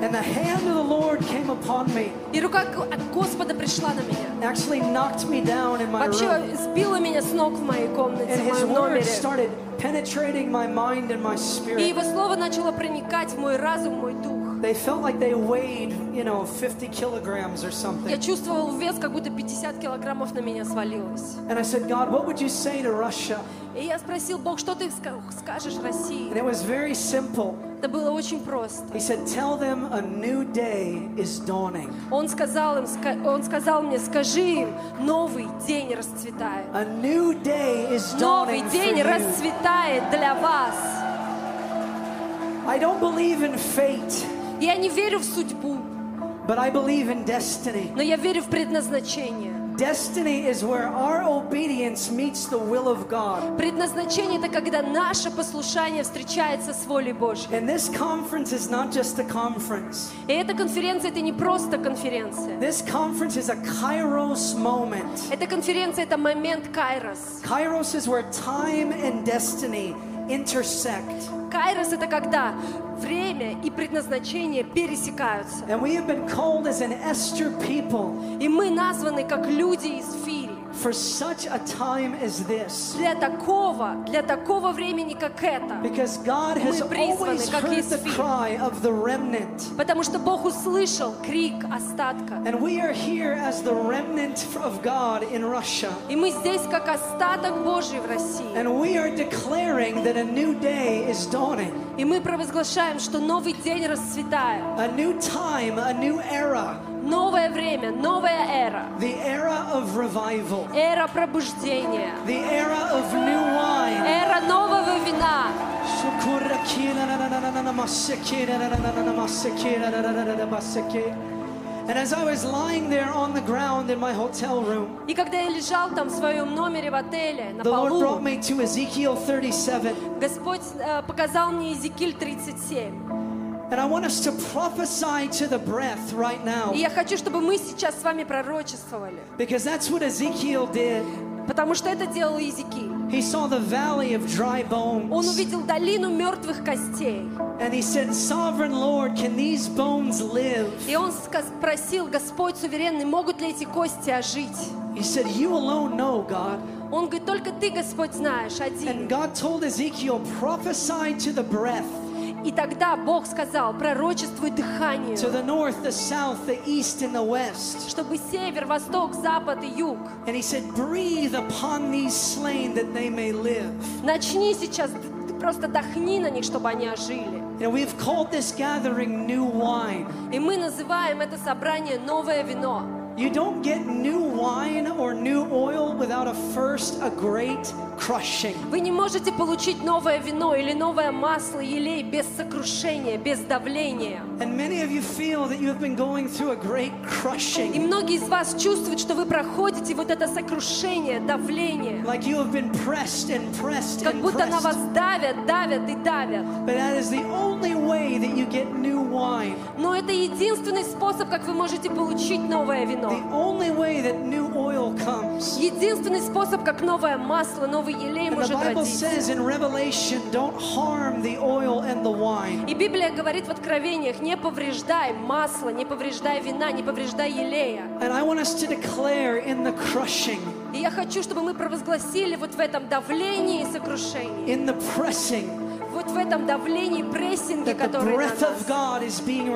Speaker 1: And the hand of the Lord came upon me,
Speaker 2: И рука Г- от Господа пришла на меня.
Speaker 1: actually knocked me down in my room.
Speaker 2: Вообще сбила меня с ног в моей комнате,
Speaker 1: And
Speaker 2: в
Speaker 1: his
Speaker 2: моем
Speaker 1: word
Speaker 2: номере.
Speaker 1: started penetrating my mind and my
Speaker 2: И
Speaker 1: spirit.
Speaker 2: его слово начало проникать в мой разум, в мой дух.
Speaker 1: They felt like they weighed, you know, 50 kilograms or
Speaker 2: Я
Speaker 1: something.
Speaker 2: чувствовал вес, как будто 50 килограммов на меня свалилось.
Speaker 1: And I said, God, what would you say to Russia?
Speaker 2: И я спросил, Бог, что ты ска- скажешь
Speaker 1: And
Speaker 2: России?
Speaker 1: it was very simple.
Speaker 2: Это было очень просто.
Speaker 1: He said, Tell them a new day is dawning.
Speaker 2: Он сказал, им, ска- он сказал мне, скажи им, новый день расцветает.
Speaker 1: A new day is
Speaker 2: Новый
Speaker 1: dawning. For
Speaker 2: день
Speaker 1: you.
Speaker 2: расцветает для вас.
Speaker 1: I don't believe in fate,
Speaker 2: Я не верю в судьбу,
Speaker 1: but I believe in destiny.
Speaker 2: но я верю в предназначение.
Speaker 1: Destiny is where our obedience meets the will of God.
Speaker 2: Предназначение – это когда наше послушание встречается с волей Божьей.
Speaker 1: And this conference is not just a conference.
Speaker 2: И эта конференция – это не просто конференция.
Speaker 1: This conference is a kairos moment.
Speaker 2: Эта конференция – это момент Кайрос.
Speaker 1: Kairos is where time and destiny intersect.
Speaker 2: Кайрос – это когда время и предназначение пересекаются.
Speaker 1: And we have been called as an Esther people
Speaker 2: И мы названы как люди из Фири.
Speaker 1: for such a time as this.
Speaker 2: Для такого, для такого времени, как это.
Speaker 1: Because God has
Speaker 2: Мы призваны,
Speaker 1: always
Speaker 2: как
Speaker 1: heard the
Speaker 2: Есфирь.
Speaker 1: cry of the remnant.
Speaker 2: Потому что Бог услышал крик остатка.
Speaker 1: And we are here as the remnant of God in Russia.
Speaker 2: И мы здесь как остаток Божий в России.
Speaker 1: And we are declaring that a new day is dawning,
Speaker 2: И мы провозглашаем, что новый день расцветает.
Speaker 1: a new time, a new era,
Speaker 2: Новое время, новая эра.
Speaker 1: the era of revival,
Speaker 2: Эра пробуждения.
Speaker 1: the era of new wine.
Speaker 2: Эра нового вина.
Speaker 1: And as I was lying there on the ground in my hotel room,
Speaker 2: И когда я лежал там в своем номере в отеле на
Speaker 1: the Lord brought
Speaker 2: полу,
Speaker 1: me to Ezekiel 37.
Speaker 2: Господь э, показал мне Иезекииль 37.
Speaker 1: And I want us to prophesy to the breath right now.
Speaker 2: И я хочу, чтобы мы сейчас с вami пророчествовали.
Speaker 1: Because that's what Ezekiel did.
Speaker 2: Потому что это делал Иезекииль.
Speaker 1: He saw the valley of dry
Speaker 2: Он
Speaker 1: bones.
Speaker 2: увидел долину мертвых костей.
Speaker 1: And he said, Sovereign Lord, can these bones live?
Speaker 2: И он ска- спросил, Господь суверенный, могут ли эти кости ожить?
Speaker 1: He said, You alone know, God.
Speaker 2: Он говорит, только ты, Господь, знаешь
Speaker 1: And
Speaker 2: один.
Speaker 1: God told Ezekiel, Prophesy to the breath,
Speaker 2: И тогда Бог сказал, пророчествуй
Speaker 1: to
Speaker 2: дыханию,
Speaker 1: the north, the south, the east, and the west.
Speaker 2: чтобы север, восток, запад и юг.
Speaker 1: And he said, Breathe upon these slain that they may live.
Speaker 2: Начни сейчас, ты просто дохни на них, чтобы они ожили.
Speaker 1: And we've called this gathering new wine.
Speaker 2: И мы называем это собрание «Новое вино».
Speaker 1: You don't get new wine or new oil without a first, a great crushing.
Speaker 2: Вы не можете получить новое вино или новое масло, елей без сокрушения, без давления.
Speaker 1: And many of you feel that you have been going through a great
Speaker 2: И
Speaker 1: crushing,
Speaker 2: многие из вас чувствуют, что вы проходите вот это сокрушение, давление.
Speaker 1: like you have been pressed and pressed
Speaker 2: Как
Speaker 1: and
Speaker 2: будто на вас
Speaker 1: pressed.
Speaker 2: давят, давят и давят.
Speaker 1: But that is the only way that you get new wine,
Speaker 2: Но это единственный способ, как вы можете получить новое
Speaker 1: the
Speaker 2: вино.
Speaker 1: only way that new oil comes.
Speaker 2: Единственный способ, как новое масло, новый елей
Speaker 1: And the
Speaker 2: может
Speaker 1: Bible
Speaker 2: родиться.
Speaker 1: says in Revelation, don't harm the oil and the wine.
Speaker 2: И Библия говорит в Откровениях, не повреждай масло, не повреждай вина, не повреждай елея.
Speaker 1: And I want us to declare in the crushing,
Speaker 2: И я хочу, чтобы мы провозгласили вот в этом давлении и сокрушении,
Speaker 1: in the pressing,
Speaker 2: вот в этом давлении и прессинге,
Speaker 1: that the
Speaker 2: который на
Speaker 1: breath
Speaker 2: нас,
Speaker 1: of God is being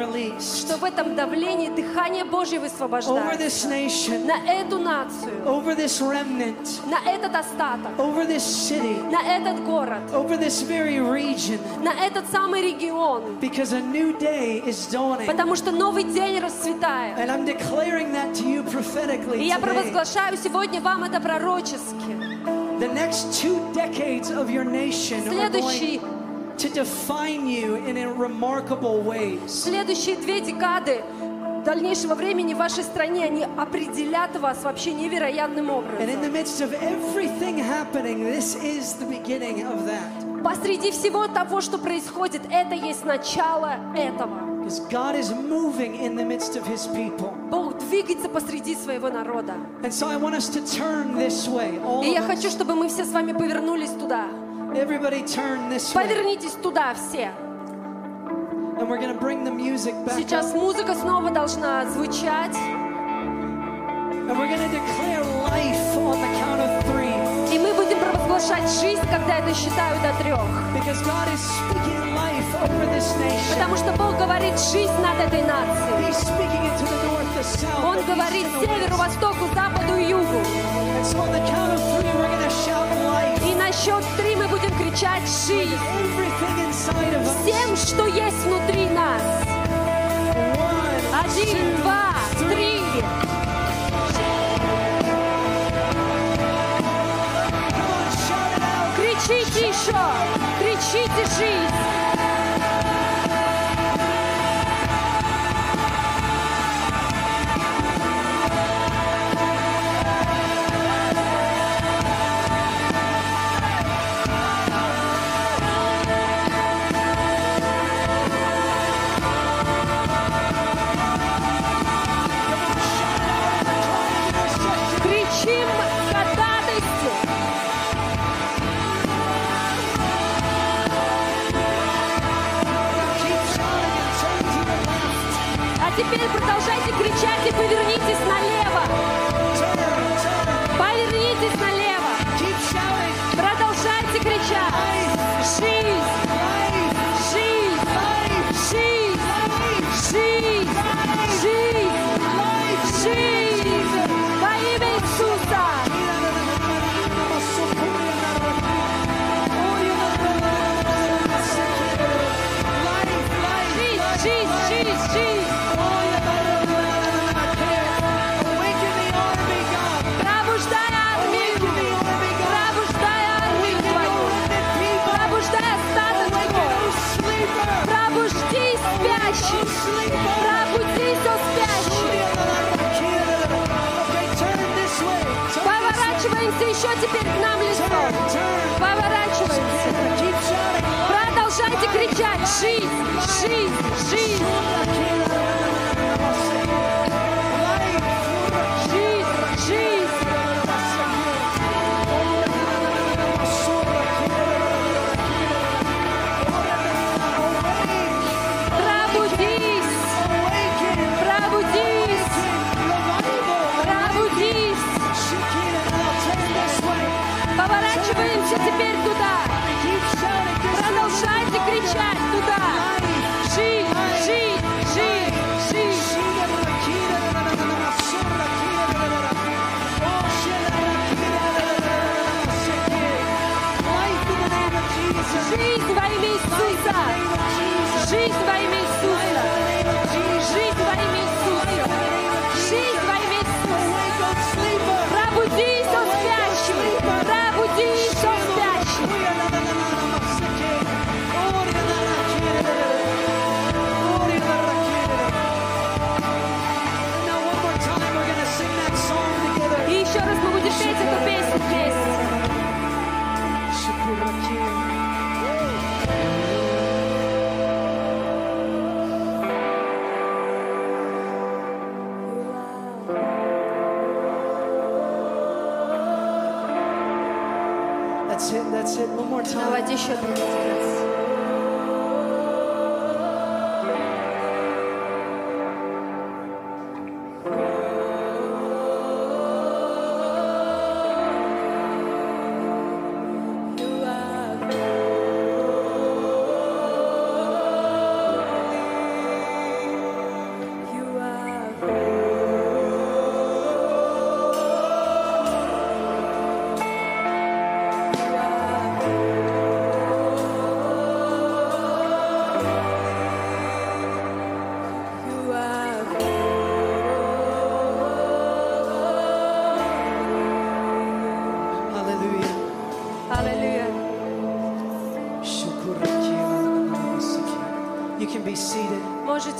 Speaker 2: что
Speaker 1: released
Speaker 2: в этом давлении дыхание Божье
Speaker 1: over
Speaker 2: высвобождает
Speaker 1: this nation,
Speaker 2: на эту нацию,
Speaker 1: over this remnant,
Speaker 2: на этот остаток,
Speaker 1: over this city.
Speaker 2: на этот город,
Speaker 1: over this very region
Speaker 2: на этот самый регион,
Speaker 1: because a new day is dawning.
Speaker 2: Потому что новый день расцветает.
Speaker 1: And I'm declaring that to you prophetically.
Speaker 2: И я
Speaker 1: today.
Speaker 2: провозглашаю сегодня вам это пророчески.
Speaker 1: The next two decades of your nation are
Speaker 2: Следующие
Speaker 1: going, to define you in a remarkable ways.
Speaker 2: Следующие две декады дальнейшего времени в вашей стране, они определят вас вообще невероятным
Speaker 1: And in
Speaker 2: образом.
Speaker 1: the midst of everything happening, this is the beginning of that.
Speaker 2: Посреди всего того, что происходит, это есть начало этого.
Speaker 1: Because God is moving in the midst of his people.
Speaker 2: Бог двигается посреди своего народа.
Speaker 1: And so I want us to turn this way. All
Speaker 2: И я
Speaker 1: of us.
Speaker 2: хочу, чтобы мы все с вами повернулись туда.
Speaker 1: Everybody turn this way.
Speaker 2: Повернитесь туда все.
Speaker 1: And we're going to bring the music back.
Speaker 2: Сейчас музыка снова должна звучать.
Speaker 1: And we're going to declare life on the count of three.
Speaker 2: И мы будем провозглашать жизнь, когда я досчитаю до трех.
Speaker 1: Because God is speaking life over this nation.
Speaker 2: Потому что Бог говорит жизнь над этой нацией.
Speaker 1: He's speaking into the north, the south,
Speaker 2: Он
Speaker 1: the
Speaker 2: говорит
Speaker 1: east, and the
Speaker 2: северу,
Speaker 1: west.
Speaker 2: востоку, западу и югу.
Speaker 1: And so on the count of three, we're going to shout life.
Speaker 2: И на счет три мы будем кричать «Жизнь!»
Speaker 1: Everything inside of us.
Speaker 2: всем, что есть внутри нас.
Speaker 1: One,
Speaker 2: Один,
Speaker 1: two,
Speaker 2: два, три.
Speaker 1: Come on, shout it out.
Speaker 2: Кричите еще! Кричите «Жизнь!» Кричим от радости!
Speaker 1: Keep shouting and turn to the left.
Speaker 2: А теперь продолжайте кричать и повернитесь налево!
Speaker 1: Turn, turn.
Speaker 2: Повернитесь налево!
Speaker 1: Keep shouting.
Speaker 2: Продолжайте кричать! Жизнь!
Speaker 1: Life,
Speaker 2: Жизнь!
Speaker 1: life,
Speaker 2: Жизнь!
Speaker 1: life.
Speaker 2: Жизнь! Жизнь! Жизнь! Во имя Иисуса! Жизнь, жизнь, жизнь, жизнь. Пробуждай армию. Пробуждай армию твою. Пробуждай остаток твой. Пробужди спящих. Пробудись, о спящих. Поворачиваемся еще теперь к нам лицом. Поворачиваемся. Продолжайте кричать. Жизнь, жизнь, жизнь, жизнь, жизнь. Пробудись, пробудись, пробудись. Поворачиваемся теперь туда. Продолжайте кричать туда. Жизнь, жизнь, жизнь, жизнь. Жизнь во имя Иисуса. Жизнь во имя Иисуса. Жизнь во имя Иисуса. Жизнь во имя Иисуса. Пробудись, о спящий. Пробудись, о спящий. И еще раз мы будем петь эту песню здесь.
Speaker 1: That's it, that's it. One more time.
Speaker 2: Давайте еще один раз.
Speaker 3: You are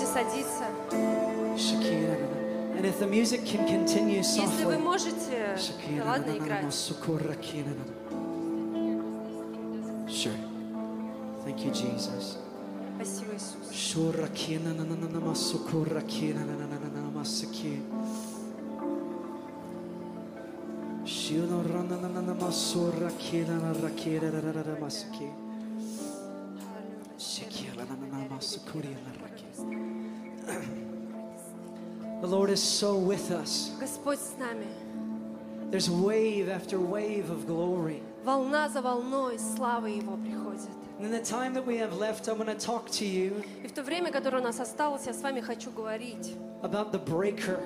Speaker 2: садиться.
Speaker 1: Shakira. And if the music can continue
Speaker 2: Если вы
Speaker 1: softly.
Speaker 2: можете,
Speaker 1: Shakira,
Speaker 2: да ладно играть.
Speaker 1: Sukurakina. Sure. Thank you, Jesus.
Speaker 2: Спасибо, Иисус.
Speaker 1: Shurakina na na na na masukurakina na na na na na masaki. Shino rana na na na masurakina na rakira na na na na masaki. Shikira na na na masukuri na raki. The Lord is so with us.
Speaker 2: Господь с нами.
Speaker 1: There's wave after wave of glory.
Speaker 2: Волна за волной славы Его приходит.
Speaker 1: And in the time that we have left, I'm going to talk to you
Speaker 2: И в то время, которое у нас осталось, я с вами хочу говорить
Speaker 1: about the breaker.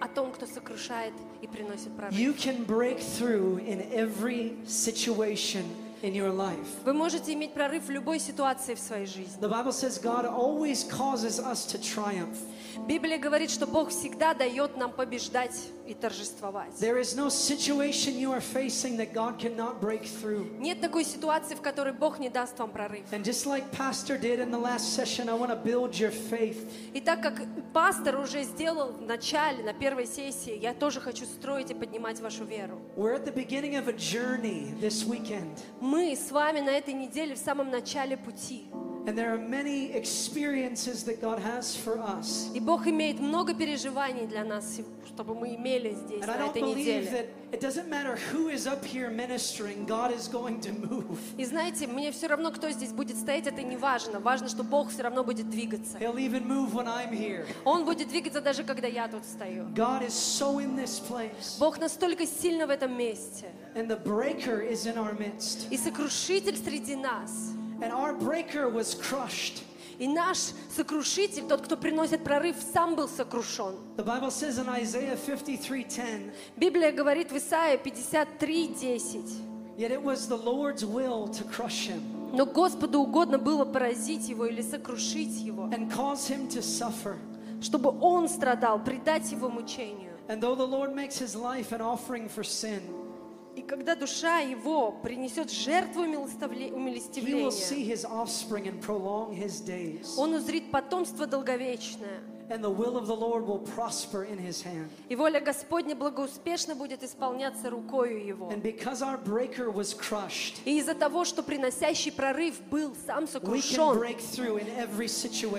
Speaker 2: о том, кто сокрушает и приносит прорыв.
Speaker 1: You can break through in every situation in your life.
Speaker 2: Вы можете иметь прорыв в любой ситуации в своей жизни.
Speaker 1: The Bible says God always causes us to triumph.
Speaker 2: Библия говорит, что Бог всегда дает нам побеждать и торжествовать.
Speaker 1: There is no situation you are facing that God cannot break through.
Speaker 2: Нет такой ситуации, в которой Бог не даст вам прорыв.
Speaker 1: And just like Pastor did in the last session, I want to build your faith.
Speaker 2: И так как пастор уже сделал в начале, на первой сессии, я тоже хочу строить и поднимать вашу веру.
Speaker 1: We're at the beginning of a journey this weekend,
Speaker 2: Мы с вами на этой неделе в самом начале пути.
Speaker 1: and there are many experiences that God has for us.
Speaker 2: И Бог имеет много переживаний для нас, чтобы мы имели здесь,
Speaker 1: And I
Speaker 2: на
Speaker 1: don't
Speaker 2: этой
Speaker 1: believe
Speaker 2: неделе.
Speaker 1: that it doesn't matter who is up here ministering, God is going to move.
Speaker 2: И знаете, мне все равно, кто здесь будет стоять, это не важно. Важно, что Бог все равно будет двигаться.
Speaker 1: He'll even move when I'm here.
Speaker 2: Он будет двигаться даже, когда я тут стою.
Speaker 1: God is so in this place,
Speaker 2: Бог настолько сильно в этом месте.
Speaker 1: and the breaker is in our midst.
Speaker 2: И сокрушитель среди нас.
Speaker 1: And our breaker was crushed.
Speaker 2: И наш сокрушитель, тот, кто приносит прорыв, сам был сокрушен.
Speaker 1: The Bible says in Isaiah 53:10,
Speaker 2: Библия говорит в Исаии 53:10.
Speaker 1: yet it was the Lord's will to crush him
Speaker 2: Но Господу угодно было поразить его или сокрушить его,
Speaker 1: and cause him to suffer.
Speaker 2: чтобы он страдал, предать его мучению.
Speaker 1: And though the Lord makes his life an offering for sin,
Speaker 2: И когда душа его принесет жертву милостовле-
Speaker 1: he will see
Speaker 2: умилостивления,
Speaker 1: his offspring and prolong his days.
Speaker 2: он узрит потомство долговечное,
Speaker 1: And the will of the Lord will prosper in his hand.
Speaker 2: и воля Господня благоуспешно будет исполняться рукою его.
Speaker 1: And because our breaker was crushed,
Speaker 2: И из-за того, что приносящий прорыв был сам
Speaker 1: we can
Speaker 2: сокрушен,
Speaker 1: break through in every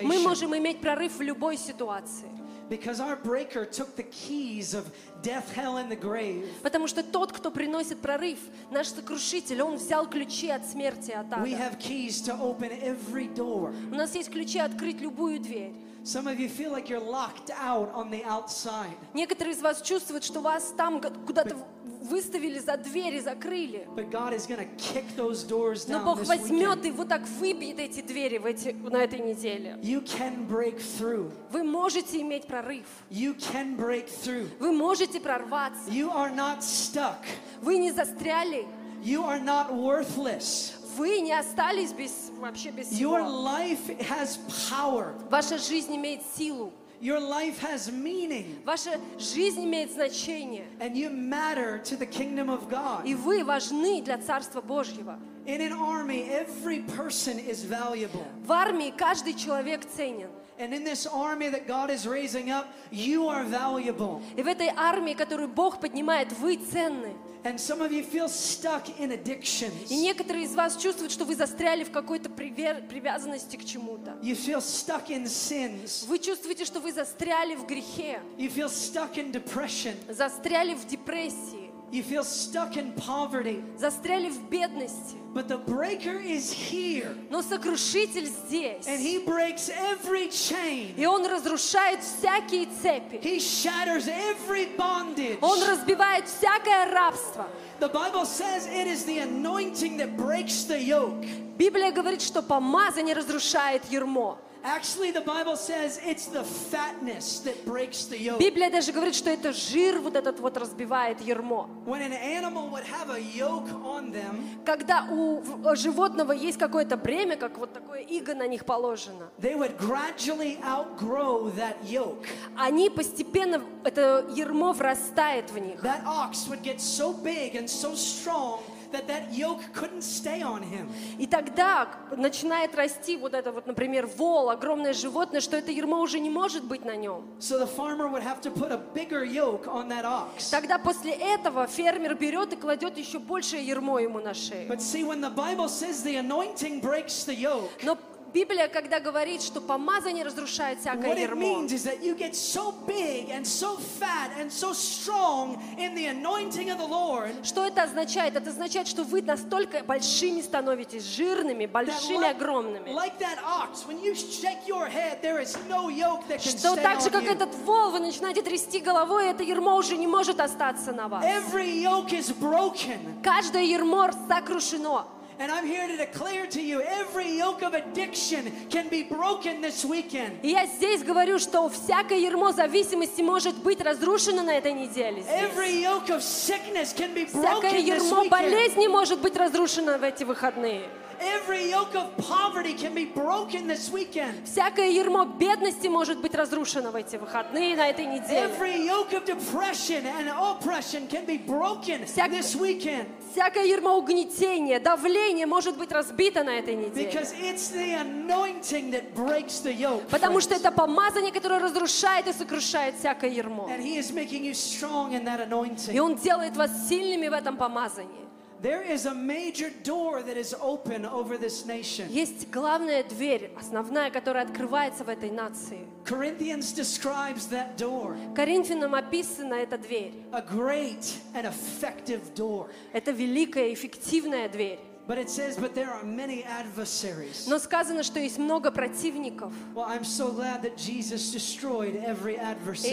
Speaker 2: мы
Speaker 1: situation.
Speaker 2: можем иметь прорыв в любой ситуации.
Speaker 1: Because our breaker took the keys of death, hell, and the grave.
Speaker 2: Потому что тот, кто приносит прорыв, наш сокрушитель, он взял ключи от смерти и от
Speaker 1: We
Speaker 2: ада.
Speaker 1: have keys to open every door.
Speaker 2: У нас есть ключи открыть любую дверь.
Speaker 1: Some of you feel like you're locked out on the outside,
Speaker 2: Некоторые из вас чувствуют, что вас там г- куда-то в- выставили за дверь и закрыли.
Speaker 1: but God is going to kick those doors
Speaker 2: Но
Speaker 1: down.
Speaker 2: Бог
Speaker 1: this
Speaker 2: возьмет
Speaker 1: weekend.
Speaker 2: и вот так выбьет эти двери в эти, на этой неделе.
Speaker 1: You can break through.
Speaker 2: Вы можете иметь прорыв.
Speaker 1: You can break through.
Speaker 2: Вы можете прорваться.
Speaker 1: You are not stuck.
Speaker 2: Вы не застряли.
Speaker 1: You are not worthless.
Speaker 2: Вы не остались без, вообще без
Speaker 1: Your
Speaker 2: всего.
Speaker 1: life has power.
Speaker 2: Ваша жизнь имеет силу.
Speaker 1: Your life has meaning.
Speaker 2: Ваша жизнь имеет значение.
Speaker 1: And you matter to the kingdom of God.
Speaker 2: И вы важны для Царства Божьего.
Speaker 1: In an army, every person is valuable.
Speaker 2: В армии каждый человек ценен.
Speaker 1: And in this army that God is raising up, you are valuable.
Speaker 2: И в этой армии, которую Бог поднимает, вы ценны.
Speaker 1: And some of you feel stuck in
Speaker 2: И
Speaker 1: addictions.
Speaker 2: некоторые из вас чувствуют, что вы застряли в какой-то привер- привязанности к чему-то.
Speaker 1: You feel stuck in sins.
Speaker 2: Вы чувствуете, что вы застряли в грехе,
Speaker 1: You feel stuck in depression.
Speaker 2: застряли в депрессии,
Speaker 1: You feel stuck in poverty.
Speaker 2: застряли в бедности.
Speaker 1: But the breaker is here.
Speaker 2: Но сокрушитель
Speaker 1: And
Speaker 2: здесь.
Speaker 1: he breaks every chain.
Speaker 2: И он разрушает всякие цепи.
Speaker 1: He shatters every bondage.
Speaker 2: Он разбивает всякое рабство.
Speaker 1: The Bible says it is the anointing that breaks the yoke.
Speaker 2: Библия говорит, что помазание разрушает ермо.
Speaker 1: Actually, the Bible says it's the fatness that breaks the yoke.
Speaker 2: Библия даже говорит, что это жир вот этот вот разбивает ермо.
Speaker 1: When an animal would have a yoke on them,
Speaker 2: Когда у в- животного есть какое-то бремя, как вот такое иго на них положено,
Speaker 1: they would gradually outgrow that yoke.
Speaker 2: они постепенно, это ермо врастает в них.
Speaker 1: That ox would get so big and so strong that that yoke couldn't stay on him.
Speaker 2: И тогда начинает расти вот это вот, например, вол, огромное животное, что это ермо уже не может быть на нем.
Speaker 1: So the farmer would have to put a bigger yoke on that ox.
Speaker 2: Тогда после этого фермер берет и кладет еще большее ермо ему на шею.
Speaker 1: But see, when the Bible says the anointing breaks the yoke,
Speaker 2: Но Библия, когда говорит, что помазание разрушает всякое
Speaker 1: What it
Speaker 2: ермо,
Speaker 1: means is that you get so big and so fat and so strong in the anointing of the Lord
Speaker 2: что это означает? Это означает, что вы настолько большими становитесь, жирными,
Speaker 1: that
Speaker 2: большими,
Speaker 1: like,
Speaker 2: огромными.
Speaker 1: like that ox, when you shake your head, there is no yoke that can
Speaker 2: Что
Speaker 1: stay
Speaker 2: так же,
Speaker 1: on
Speaker 2: как
Speaker 1: you.
Speaker 2: этот вол, вы начинаете трясти головой, и это ермо уже не может остаться на вас.
Speaker 1: Every yoke is broken.
Speaker 2: Каждое ермо сокрушено.
Speaker 1: And I'm here to declare to you every yoke of addiction can be broken this weekend.
Speaker 2: И я здесь говорю, что всякое ермо зависимости может быть разрушено на этой неделе. здесь.
Speaker 1: Every yoke of sickness can be
Speaker 2: Всякое
Speaker 1: broken this
Speaker 2: ермо
Speaker 1: weekend.
Speaker 2: болезни может быть разрушено в эти выходные.
Speaker 1: Every yoke of poverty can be broken this weekend.
Speaker 2: Всякое ермо бедности может быть разрушено в эти выходные на этой неделе.
Speaker 1: Every yoke of depression and oppression can be broken
Speaker 2: Всяк-
Speaker 1: this weekend
Speaker 2: Всякое ермо угнетения, давление может быть разбито на этой неделе.
Speaker 1: because it's the anointing that breaks the yoke.
Speaker 2: Потому
Speaker 1: friends.
Speaker 2: что это помазание, которое разрушает и сокрушает всякое ермо.
Speaker 1: And He is making you strong in that
Speaker 2: И
Speaker 1: anointing.
Speaker 2: Он делает вас сильными в этом помазании.
Speaker 1: There is a major door that is open over this nation.
Speaker 2: Есть главная дверь, основная, которая открывается в этой нации.
Speaker 1: Corinthians describes that door
Speaker 2: Коринфянам описана эта дверь.
Speaker 1: a great and effective door.
Speaker 2: Это великая, эффективная дверь.
Speaker 1: But it says, but there are many adversaries.
Speaker 2: Но сказано, что есть много противников.
Speaker 1: Well, I'm so glad that Jesus destroyed every
Speaker 2: И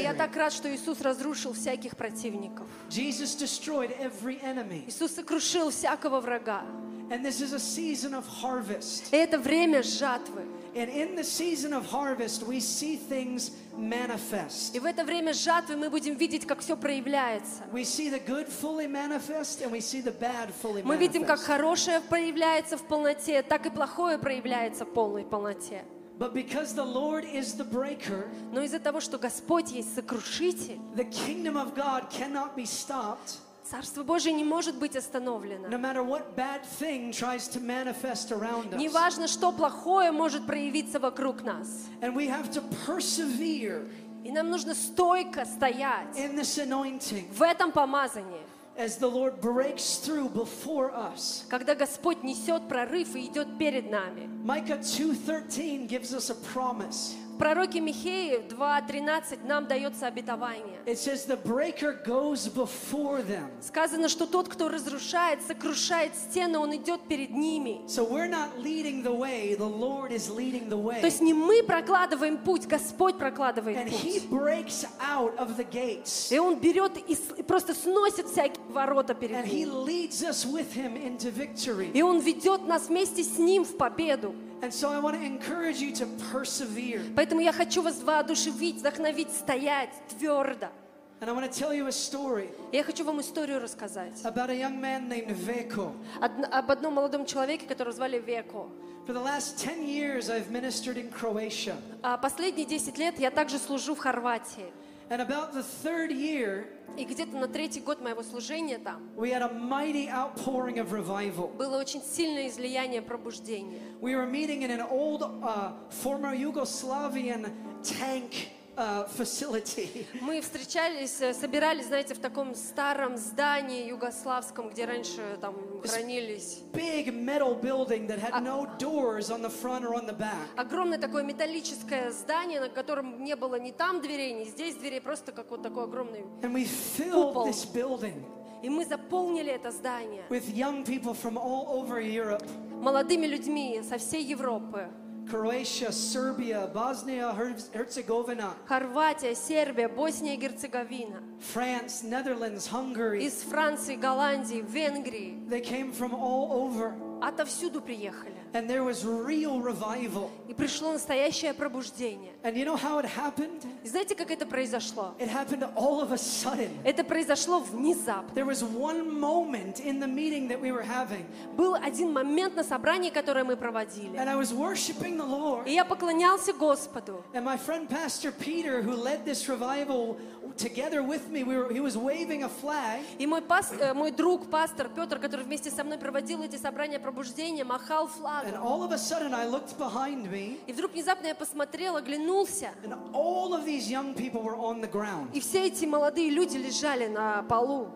Speaker 2: я
Speaker 1: adversary.
Speaker 2: так рад, что Иисус разрушил всяких противников.
Speaker 1: Jesus destroyed every enemy.
Speaker 2: Иисус сокрушил всякого врага.
Speaker 1: And this is a season of harvest.
Speaker 2: И это время жатвы.
Speaker 1: And in the season of harvest, we see things manifest.
Speaker 2: И в это время жатвы мы будем видеть, как все проявляется.
Speaker 1: We see the good fully manifest and we see the bad fully
Speaker 2: Мы видим, как
Speaker 1: manifest.
Speaker 2: хорошее проявляется в полноте, так и плохое проявляется в полной полноте.
Speaker 1: But because the Lord is the breaker,
Speaker 2: Но из-за того, что Господь есть сокрушитель,
Speaker 1: the kingdom of God cannot be stopped
Speaker 2: Царство Божие не может быть остановлено.
Speaker 1: no matter what bad thing tries to manifest around us.
Speaker 2: Неважно, что плохое может проявиться вокруг нас.
Speaker 1: And we have to persevere
Speaker 2: И нам нужно стойко стоять
Speaker 1: in this anointing
Speaker 2: в этом помазании,
Speaker 1: as the Lord breaks through before us.
Speaker 2: когда Господь несет прорыв и идет перед нами.
Speaker 1: Micah 2:13 gives us a promise.
Speaker 2: В пророке Михеи 2.13 нам дается обетование.
Speaker 1: It says the breaker goes before them.
Speaker 2: Сказано, что тот, кто разрушает, сокрушает стены, он идет перед ними.
Speaker 1: So we're not leading the way, the Lord is leading the
Speaker 2: То
Speaker 1: way.
Speaker 2: есть не мы прокладываем путь, Господь прокладывает
Speaker 1: And he
Speaker 2: путь.
Speaker 1: breaks out of the gates.
Speaker 2: И он берет и с- и просто сносит всякие ворота перед
Speaker 1: And he
Speaker 2: ним.
Speaker 1: leads us with him into victory.
Speaker 2: И он ведет нас вместе с ним в победу.
Speaker 1: And so I want to encourage you to persevere.
Speaker 2: Поэтому я хочу вас воодушевить, вдохновить, стоять твердо.
Speaker 1: And I want to tell you a story
Speaker 2: Я хочу вам историю рассказать
Speaker 1: about a young man named Veko.
Speaker 2: Одн- об одном молодом человеке, которого звали Веко.
Speaker 1: For the last 10 years, I've ministered in Croatia.
Speaker 2: А Последние 10 лет я также служу в Хорватии.
Speaker 1: And about the third year,
Speaker 2: И где-то на третий год моего служения там
Speaker 1: we had a mighty outpouring of revival.
Speaker 2: было очень сильное излияние пробуждения.
Speaker 1: We were meeting in an old uh, former Yugoslavian tank uh, [LAUGHS] facility.
Speaker 2: Мы встречались, э, собирались, знаете, в таком старом здании югославском, где раньше там хранились.
Speaker 1: Big metal building that had no doors on the front or on the back.
Speaker 2: Огромное такое металлическое здание, на котором не было ни там дверей, ни здесь дверей, просто как вот такой огромный.
Speaker 1: And we filled
Speaker 2: Kupol.
Speaker 1: this building
Speaker 2: И мы заполнили это здание
Speaker 1: with young people from all over Europe
Speaker 2: молодыми людьми со всей Европы.
Speaker 1: Croatia, Serbia, Bosnia, Her- Herzegovina,
Speaker 2: Хорватия, Сербия, Босния и Герцеговина.
Speaker 1: France, Netherlands, Hungary.
Speaker 2: Из Франции, Голландии, Венгрии.
Speaker 1: They came from all over.
Speaker 2: Отовсюду приехали.
Speaker 1: And there was real revival.
Speaker 2: И пришло настоящее пробуждение.
Speaker 1: And you know how it happened?
Speaker 2: И знаете, как это произошло?
Speaker 1: It happened all of a sudden.
Speaker 2: Это произошло внезапно.
Speaker 1: There was one moment in the meeting that we were having,
Speaker 2: Был один момент на собрании, которое мы проводили.
Speaker 1: and I was worshiping the Lord.
Speaker 2: И я поклонялся Господу.
Speaker 1: And my friend Pastor Peter, who led this revival together with me, we were, he was waving a flag.
Speaker 2: И мой, пас- э, мой друг, пастор Петр, который вместе со мной проводил эти собрания пробуждения, махал
Speaker 1: And
Speaker 2: флагом.
Speaker 1: all of a sudden, I looked behind me,
Speaker 2: И вдруг внезапно я посмотрел, оглянулся.
Speaker 1: and all of these young people were on the ground.
Speaker 2: И все эти молодые люди лежали на полу.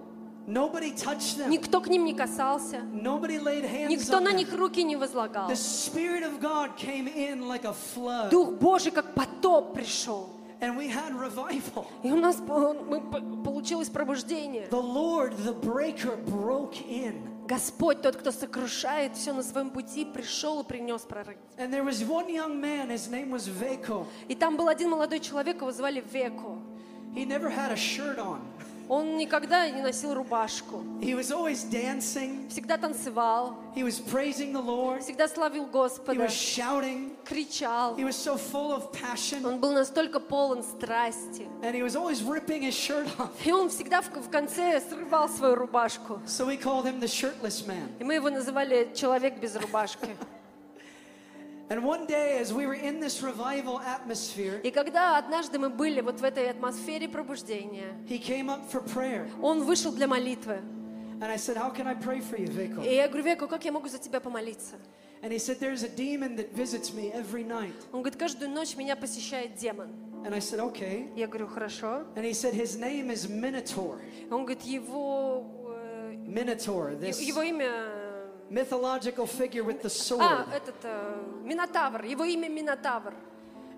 Speaker 1: Nobody touched them.
Speaker 2: Никто к ним не касался.
Speaker 1: Nobody laid hands
Speaker 2: Никто
Speaker 1: on
Speaker 2: на
Speaker 1: them.
Speaker 2: них руки не возлагал.
Speaker 1: The Spirit of God came in like a flood,
Speaker 2: Дух Божий как потоп пришел.
Speaker 1: and we had revival.
Speaker 2: И у нас по- мы по- получилось пробуждение.
Speaker 1: The Lord, the breaker, broke in.
Speaker 2: Господь, тот, кто сокрушает все на своем пути, пришел и принес прорыв.
Speaker 1: And there was one young man, his name was Veko.
Speaker 2: И там был один молодой человек, его звали Веку.
Speaker 1: He never had a shirt on.
Speaker 2: Он никогда не носил рубашку.
Speaker 1: He was always dancing,
Speaker 2: Всегда танцевал,
Speaker 1: he was praising the Lord,
Speaker 2: всегда славил
Speaker 1: he
Speaker 2: Господа,
Speaker 1: was shouting,
Speaker 2: кричал.
Speaker 1: he was so full of passion,
Speaker 2: Он был настолько полон страсти.
Speaker 1: and he was always ripping his shirt off.
Speaker 2: И он всегда в, в конце срывал свою рубашку.
Speaker 1: So we called him the shirtless man.
Speaker 2: И мы его называли «человек без рубашки».
Speaker 1: And one day, as we were in this revival atmosphere,
Speaker 2: И когда однажды мы были вот в этой атмосфере пробуждения,
Speaker 1: he came up for prayer.
Speaker 2: он вышел для молитвы.
Speaker 1: And I said, How can I pray for you, Veko?
Speaker 2: И я говорю, Веку, как я могу за тебя помолиться?
Speaker 1: And he said, There's a demon that visits me every night.
Speaker 2: Он говорит, каждую ночь меня посещает демон.
Speaker 1: And I said, Okay.
Speaker 2: Я говорю, хорошо.
Speaker 1: And he said, His name is Minotaur.
Speaker 2: Он говорит, его... э,
Speaker 1: Minotaur,
Speaker 2: е-
Speaker 1: this
Speaker 2: Его имя... э,
Speaker 1: mythological figure with the sword.
Speaker 2: А, этот... э, Минотавр. Его имя Минотавр.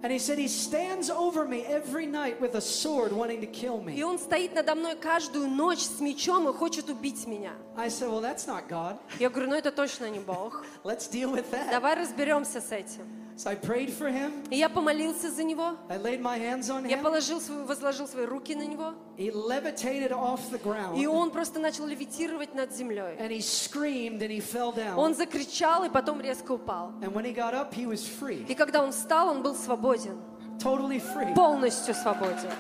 Speaker 1: And he said, He stands over me every night with a sword wanting to kill
Speaker 2: И
Speaker 1: me.
Speaker 2: он стоит надо мной каждую ночь с мечом и хочет убить меня.
Speaker 1: I said, Well, that's not God.
Speaker 2: Я говорю, ну это точно не Бог.
Speaker 1: Let's deal with that.
Speaker 2: Давай разберемся с этим.
Speaker 1: So I prayed for him.
Speaker 2: И я помолился за него.
Speaker 1: I laid my hands on
Speaker 2: Я
Speaker 1: him.
Speaker 2: положил, свою- возложил свои руки на него.
Speaker 1: He levitated off the
Speaker 2: И
Speaker 1: ground.
Speaker 2: он просто начал левитировать над землей.
Speaker 1: And he screamed and he fell
Speaker 2: Он
Speaker 1: down.
Speaker 2: закричал и потом резко упал.
Speaker 1: And when he got up, he was free.
Speaker 2: И когда он встал, он был свободен.
Speaker 1: Totally free.
Speaker 2: Полностью свободен.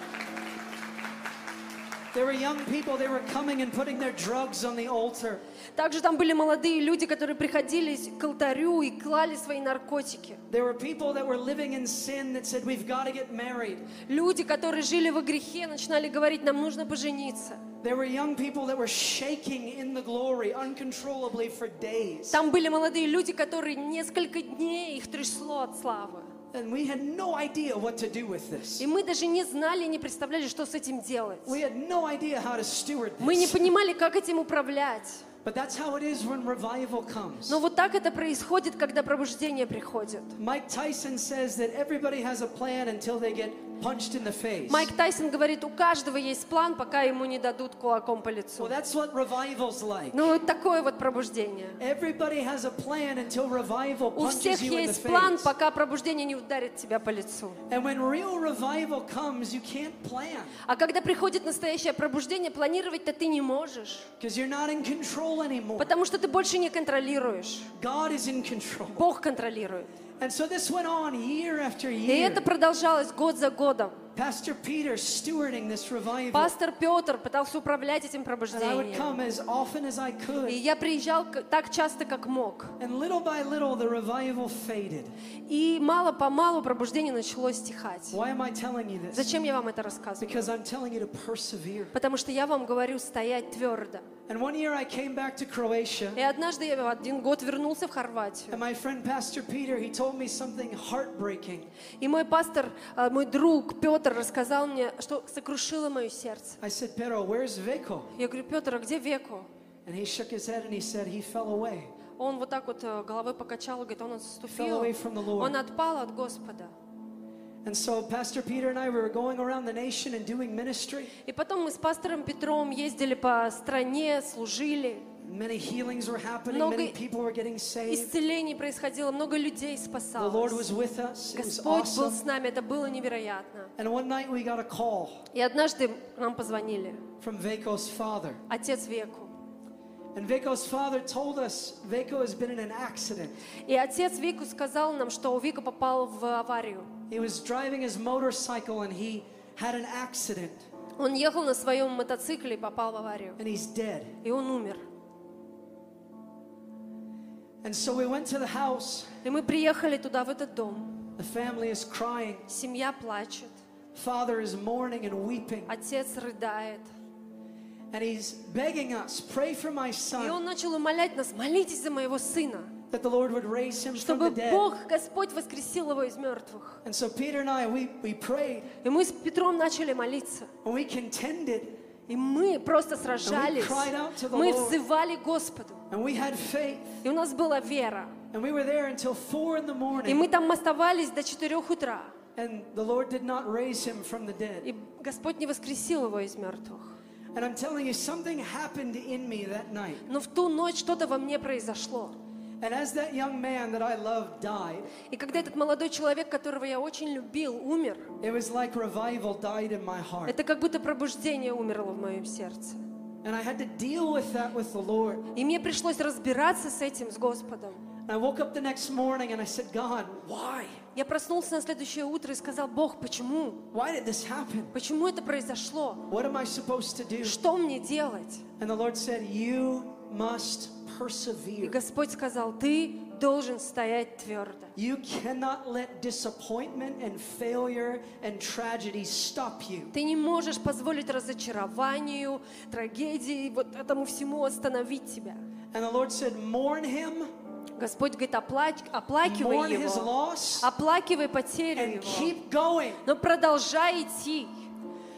Speaker 1: There were young people, they were coming and putting their drugs on the altar.
Speaker 2: Также там были молодые люди, которые приходили к алтарю и клали свои наркотики.
Speaker 1: There were people that were living in sin that said, We've got to get married.
Speaker 2: Люди, которые жили во грехе, начинали говорить, нам нужно пожениться.
Speaker 1: There were young people that were shaking in the glory uncontrollably for days.
Speaker 2: Там были молодые люди, которые несколько дней их трясло от славы.
Speaker 1: And we had no idea what to do with this.
Speaker 2: И мы даже не знали, не представляли, что с этим делать.
Speaker 1: We had no idea how to steward
Speaker 2: Мы не
Speaker 1: this.
Speaker 2: понимали, как этим управлять.
Speaker 1: But that's how it is when revival comes.
Speaker 2: Но вот так это происходит, когда пробуждение приходит.
Speaker 1: Mike Tyson says that everybody has a plan until they get punched in the face.
Speaker 2: Майк Тайсон говорит, у каждого есть план, пока ему не дадут кулаком по лицу.
Speaker 1: Well, that's what revival's like.
Speaker 2: Ну, вот такое вот пробуждение.
Speaker 1: Everybody has a plan until revival
Speaker 2: У
Speaker 1: punches
Speaker 2: всех
Speaker 1: you in the
Speaker 2: есть план,
Speaker 1: face.
Speaker 2: пока пробуждение не ударит тебя по лицу.
Speaker 1: And when real revival comes, you can't plan
Speaker 2: А когда приходит настоящее пробуждение, планировать-то ты не можешь,
Speaker 1: because you're not in control anymore.
Speaker 2: потому что ты больше не контролируешь.
Speaker 1: God is in control.
Speaker 2: Бог контролирует.
Speaker 1: And so this went on year after
Speaker 2: И
Speaker 1: year.
Speaker 2: это продолжалось год за годом.
Speaker 1: Pastor Peter stewarding this revival.
Speaker 2: Пастор Петр пытался управлять этим
Speaker 1: And I would come
Speaker 2: пробуждением.
Speaker 1: as often as I
Speaker 2: И
Speaker 1: could.
Speaker 2: я приезжал к- так часто, как мог.
Speaker 1: And little by little, the revival faded.
Speaker 2: И мало-помалу пробуждение начало стихать.
Speaker 1: Why am I telling you this?
Speaker 2: Зачем я вам это рассказываю?
Speaker 1: Because I'm telling you to persevere.
Speaker 2: Потому что я вам говорю стоять твердо.
Speaker 1: And one year I came back to Croatia.
Speaker 2: И однажды я в один год вернулся в Хорватию.
Speaker 1: And my friend Pastor Peter, he told me something heartbreaking.
Speaker 2: И мой пастор, э, мой друг Петр рассказал мне, что сокрушило мое сердце.
Speaker 1: I said, Pero, where's Veko?
Speaker 2: Я говорю, Петр, а где Веку?
Speaker 1: And he shook his head and he said, He fell away.
Speaker 2: Он вот так вот э, головой покачал, говорит, он
Speaker 1: Fell
Speaker 2: отступил,
Speaker 1: away from the Lord.
Speaker 2: он отпал от Господа.
Speaker 1: And so Pastor Peter and I we were going around the nation and doing ministry.
Speaker 2: И потом мы с пастором Петром ездили по стране, служили.
Speaker 1: Many healings were happening.
Speaker 2: Много
Speaker 1: Many people were getting saved.
Speaker 2: Исцелений происходило, много людей
Speaker 1: The Lord
Speaker 2: спасалось.
Speaker 1: was with us. It was
Speaker 2: Господь был
Speaker 1: awesome.
Speaker 2: с нами, это было невероятно.
Speaker 1: And one night we got a call
Speaker 2: И однажды нам позвонили,
Speaker 1: from Veko's father.
Speaker 2: отец Веку.
Speaker 1: And Veko's father told us Veko has been in an accident.
Speaker 2: И отец Вику сказал нам, что Вика попал в аварию.
Speaker 1: He was driving his motorcycle and he had an accident
Speaker 2: Он ехал на своем мотоцикле и попал в аварию.
Speaker 1: and he's dead.
Speaker 2: И он умер.
Speaker 1: And so we went to the house.
Speaker 2: И мы приехали туда, в этот дом.
Speaker 1: The family is crying.
Speaker 2: Семья плачет.
Speaker 1: Father is mourning and weeping.
Speaker 2: Отец рыдает.
Speaker 1: And he's begging us, pray for my
Speaker 2: И он
Speaker 1: son
Speaker 2: начал умолять нас, молитесь за моего сына,
Speaker 1: that the Lord would raise him from
Speaker 2: чтобы
Speaker 1: the dead.
Speaker 2: Бог, Господь, воскресил его из мертвых.
Speaker 1: And so Peter and I, we, we prayed
Speaker 2: И мы с Петром начали молиться.
Speaker 1: and we contended
Speaker 2: И мы просто сражались.
Speaker 1: cried out to the
Speaker 2: Мы
Speaker 1: Lord.
Speaker 2: взывали Господу.
Speaker 1: and we had faith.
Speaker 2: И у нас была вера.
Speaker 1: And we were there until four in the
Speaker 2: И
Speaker 1: morning.
Speaker 2: мы там оставались до 4 утра.
Speaker 1: And the Lord did not raise him from the dead.
Speaker 2: И Господь не воскресил его из мертвых.
Speaker 1: And I'm telling you, something happened in me that night.
Speaker 2: Но в ту ночь что-то во мне произошло.
Speaker 1: And as that young man that I loved died,
Speaker 2: И когда этот молодой человек, которого я очень любил, умер,
Speaker 1: it was like revival died in my heart.
Speaker 2: это как будто пробуждение умерло в моем сердце.
Speaker 1: And I had to deal with that with the Lord.
Speaker 2: И мне пришлось разбираться с этим, с Господом.
Speaker 1: And I woke up the next morning and I said, God, why?
Speaker 2: Я проснулся на следующее утро и сказал, Бог, почему?
Speaker 1: Why did this happen?
Speaker 2: Почему это произошло?
Speaker 1: What am I supposed to do?
Speaker 2: Что мне делать?
Speaker 1: And the Lord said, You must
Speaker 2: И
Speaker 1: persevere.
Speaker 2: Господь сказал, ты должен стоять твердо.
Speaker 1: You cannot let disappointment and failure and tragedy stop you.
Speaker 2: Ты не можешь позволить разочарованию, трагедии, вот этому всему остановить тебя.
Speaker 1: And the Lord said, Mourn him,
Speaker 2: Господь говорит, «Оплач- оплакивай
Speaker 1: mourn his
Speaker 2: его,
Speaker 1: loss,
Speaker 2: оплакивай потерю
Speaker 1: and
Speaker 2: его,
Speaker 1: keep going.
Speaker 2: но продолжай идти.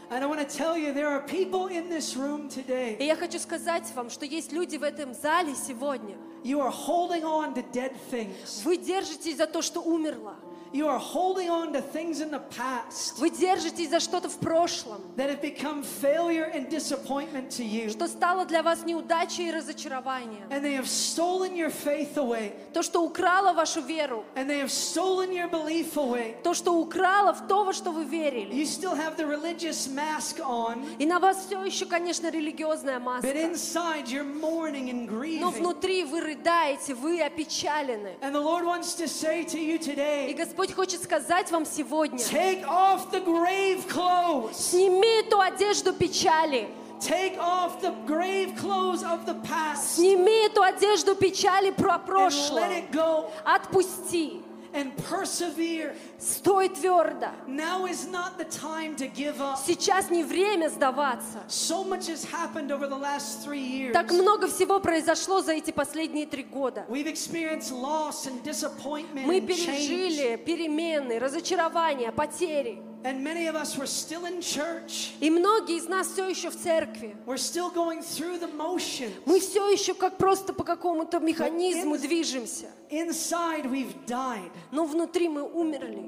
Speaker 1: And I want to tell you, there are people in this room
Speaker 2: И
Speaker 1: today.
Speaker 2: я хочу сказать вам, что есть люди в этом зале сегодня.
Speaker 1: You are holding on to dead things.
Speaker 2: Вы держитесь за то, что умерло.
Speaker 1: You are holding on to things in the past
Speaker 2: Вы держитесь за что-то в прошлом,
Speaker 1: that have become failure and disappointment to you.
Speaker 2: что стало для вас неудачей и разочарованием.
Speaker 1: And they have stolen your faith away.
Speaker 2: То, что украло вашу веру,
Speaker 1: And they have stolen your belief away.
Speaker 2: то, что украло в то, во что вы верили.
Speaker 1: You still have the religious mask on,
Speaker 2: И на вас все еще, конечно, религиозная маска.
Speaker 1: but inside you're mourning and
Speaker 2: Но
Speaker 1: grieving.
Speaker 2: внутри вы рыдаете, вы опечалены.
Speaker 1: And the Lord wants to say to you
Speaker 2: И
Speaker 1: today
Speaker 2: Господь хочет сказать вам сегодня,
Speaker 1: take off the grave clothes,
Speaker 2: сними эту одежду печали,
Speaker 1: take off the grave clothes of the past,
Speaker 2: сними эту одежду печали про
Speaker 1: and
Speaker 2: прошлое,
Speaker 1: let it go
Speaker 2: отпусти,
Speaker 1: and persevere.
Speaker 2: стой твердо.
Speaker 1: Now is not the time to give up.
Speaker 2: Сейчас не время сдаваться.
Speaker 1: So much has happened over the last three years.
Speaker 2: Так много всего произошло за эти последние три года.
Speaker 1: We've experienced loss and disappointment
Speaker 2: Мы
Speaker 1: and change.
Speaker 2: пережили перемены, разочарования, потери.
Speaker 1: And many of us were still in church.
Speaker 2: И многие из нас все еще в церкви.
Speaker 1: We're still going through the motions.
Speaker 2: Мы все еще как просто по какому-то механизму движемся.
Speaker 1: Inside, we've died.
Speaker 2: Но внутри мы умерли.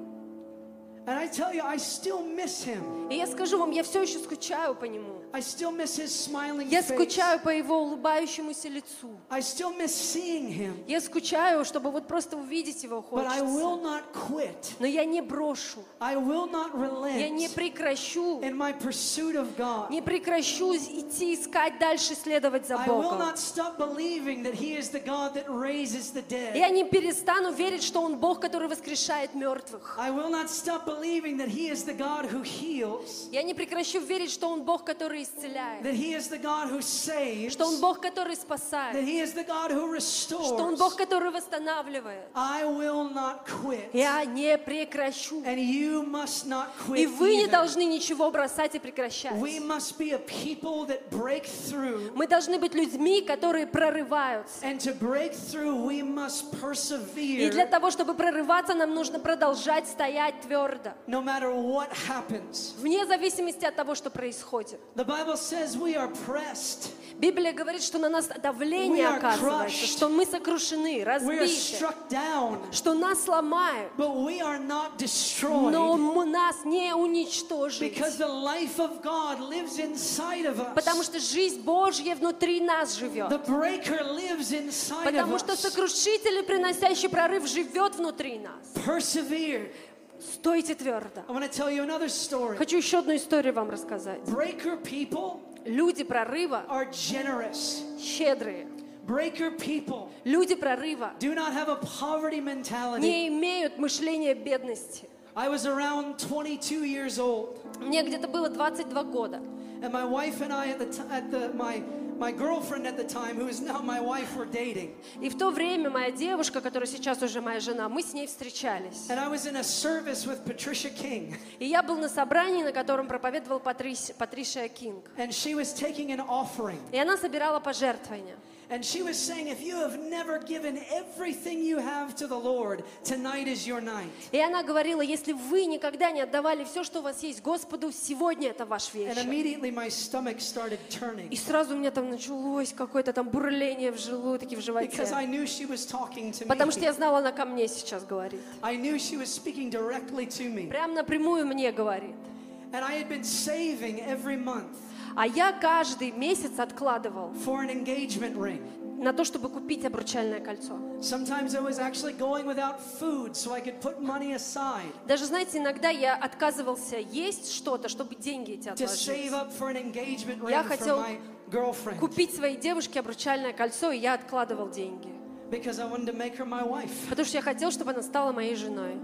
Speaker 1: And I tell you, I still miss him.
Speaker 2: И я скажу вам, я все еще скучаю по нему.
Speaker 1: I still miss his smiling
Speaker 2: Я
Speaker 1: face.
Speaker 2: скучаю по его улыбающемуся лицу.
Speaker 1: I still miss seeing him.
Speaker 2: Я скучаю, чтобы вот просто увидеть его
Speaker 1: But I will
Speaker 2: хочется.
Speaker 1: not quit.
Speaker 2: Но я не брошу.
Speaker 1: I will not relent
Speaker 2: Я не прекращу.
Speaker 1: in my pursuit of God.
Speaker 2: Не прекращу идти искать дальше, следовать за
Speaker 1: I will
Speaker 2: Богом.
Speaker 1: not stop believing that he is the God that raises the dead.
Speaker 2: Я не перестану верить, что Он Бог, который воскрешает мертвых.
Speaker 1: I will not stop believing that He is the God who heals,
Speaker 2: Я не прекращу верить, что Он Бог, который исцеляет.
Speaker 1: that He is the God who saves,
Speaker 2: Что Он
Speaker 1: that
Speaker 2: Бог, который спасает.
Speaker 1: He is the God who
Speaker 2: Что Он Бог,
Speaker 1: restores.
Speaker 2: который восстанавливает.
Speaker 1: I will not quit,
Speaker 2: Я не прекращу.
Speaker 1: and you must not quit.
Speaker 2: И вы не
Speaker 1: either.
Speaker 2: должны ничего бросать и прекращать.
Speaker 1: We must be a people that break through,
Speaker 2: Мы должны быть людьми, которые прорываются.
Speaker 1: and to break through, we must
Speaker 2: И для
Speaker 1: persevere.
Speaker 2: того, чтобы прорываться, нам нужно продолжать стоять твердо.
Speaker 1: No matter what happens,
Speaker 2: Вне зависимости от того, что происходит.
Speaker 1: the Bible says we are pressed,
Speaker 2: Библия говорит, что на нас давление
Speaker 1: We are
Speaker 2: оказывается,
Speaker 1: crushed.
Speaker 2: что мы сокрушены,
Speaker 1: we are
Speaker 2: разбиты,
Speaker 1: struck down,
Speaker 2: что нас ломают,
Speaker 1: but we are not
Speaker 2: но
Speaker 1: destroyed.
Speaker 2: мы- нас не уничтожить.
Speaker 1: Because the life of God lives inside of us.
Speaker 2: Потому что жизнь Божья внутри нас
Speaker 1: the
Speaker 2: живет.
Speaker 1: breaker lives inside
Speaker 2: Потому
Speaker 1: of
Speaker 2: что
Speaker 1: us.
Speaker 2: сокрушитель, и приносящий прорыв, живет внутри нас.
Speaker 1: Persevere.
Speaker 2: Стойте твердо.
Speaker 1: I want to tell you another story.
Speaker 2: Хочу еще одну историю вам рассказать.
Speaker 1: Breaker people
Speaker 2: Люди прорыва
Speaker 1: are generous.
Speaker 2: щедрые.
Speaker 1: Breaker people
Speaker 2: Люди прорыва
Speaker 1: do not have a poverty mentality.
Speaker 2: не имеют мышления бедности.
Speaker 1: I was around 22 years old,
Speaker 2: Мне где-то было 22 года.
Speaker 1: and my wife and I at the t- at the my my girlfriend at the time, who is now my wife, were dating.
Speaker 2: И в то время моя девушка, которая сейчас уже моя жена, мы с ней встречались.
Speaker 1: And I was in a service with Patricia King,
Speaker 2: И я был на собрании, на котором проповедовал Патрис- Патришия Кинг.
Speaker 1: and she was taking an offering.
Speaker 2: И она собирала пожертвования.
Speaker 1: And she was saying, If you have never given everything you have to the Lord, tonight is your night.
Speaker 2: И она говорила, если вы никогда не отдавали все, что у вас есть Господу, сегодня это ваш
Speaker 1: And
Speaker 2: вечер.
Speaker 1: immediately my stomach started
Speaker 2: И
Speaker 1: turning
Speaker 2: сразу у меня там началось какое-то там бурление в желудке, в
Speaker 1: because I
Speaker 2: животе.
Speaker 1: knew she was talking to
Speaker 2: Потому что
Speaker 1: me.
Speaker 2: я знала, она ко мне сейчас говорит.
Speaker 1: I knew she was speaking directly to me.
Speaker 2: Прям напрямую мне говорит.
Speaker 1: And I had been saving every month
Speaker 2: А я каждый месяц откладывал
Speaker 1: for an engagement ring.
Speaker 2: на то, чтобы купить обручальное кольцо.
Speaker 1: Sometimes I was actually going without food so I could put money aside
Speaker 2: Даже, знаете, иногда я отказывался есть что-то, чтобы деньги эти
Speaker 1: to
Speaker 2: отложить.
Speaker 1: save up for an engagement
Speaker 2: Я
Speaker 1: ring for
Speaker 2: хотел
Speaker 1: my girlfriend
Speaker 2: Купить своей девушке обручальное кольцо, и я откладывал деньги.
Speaker 1: because I wanted to make her my wife.
Speaker 2: Потому что я хотел, чтобы она стала моей женой.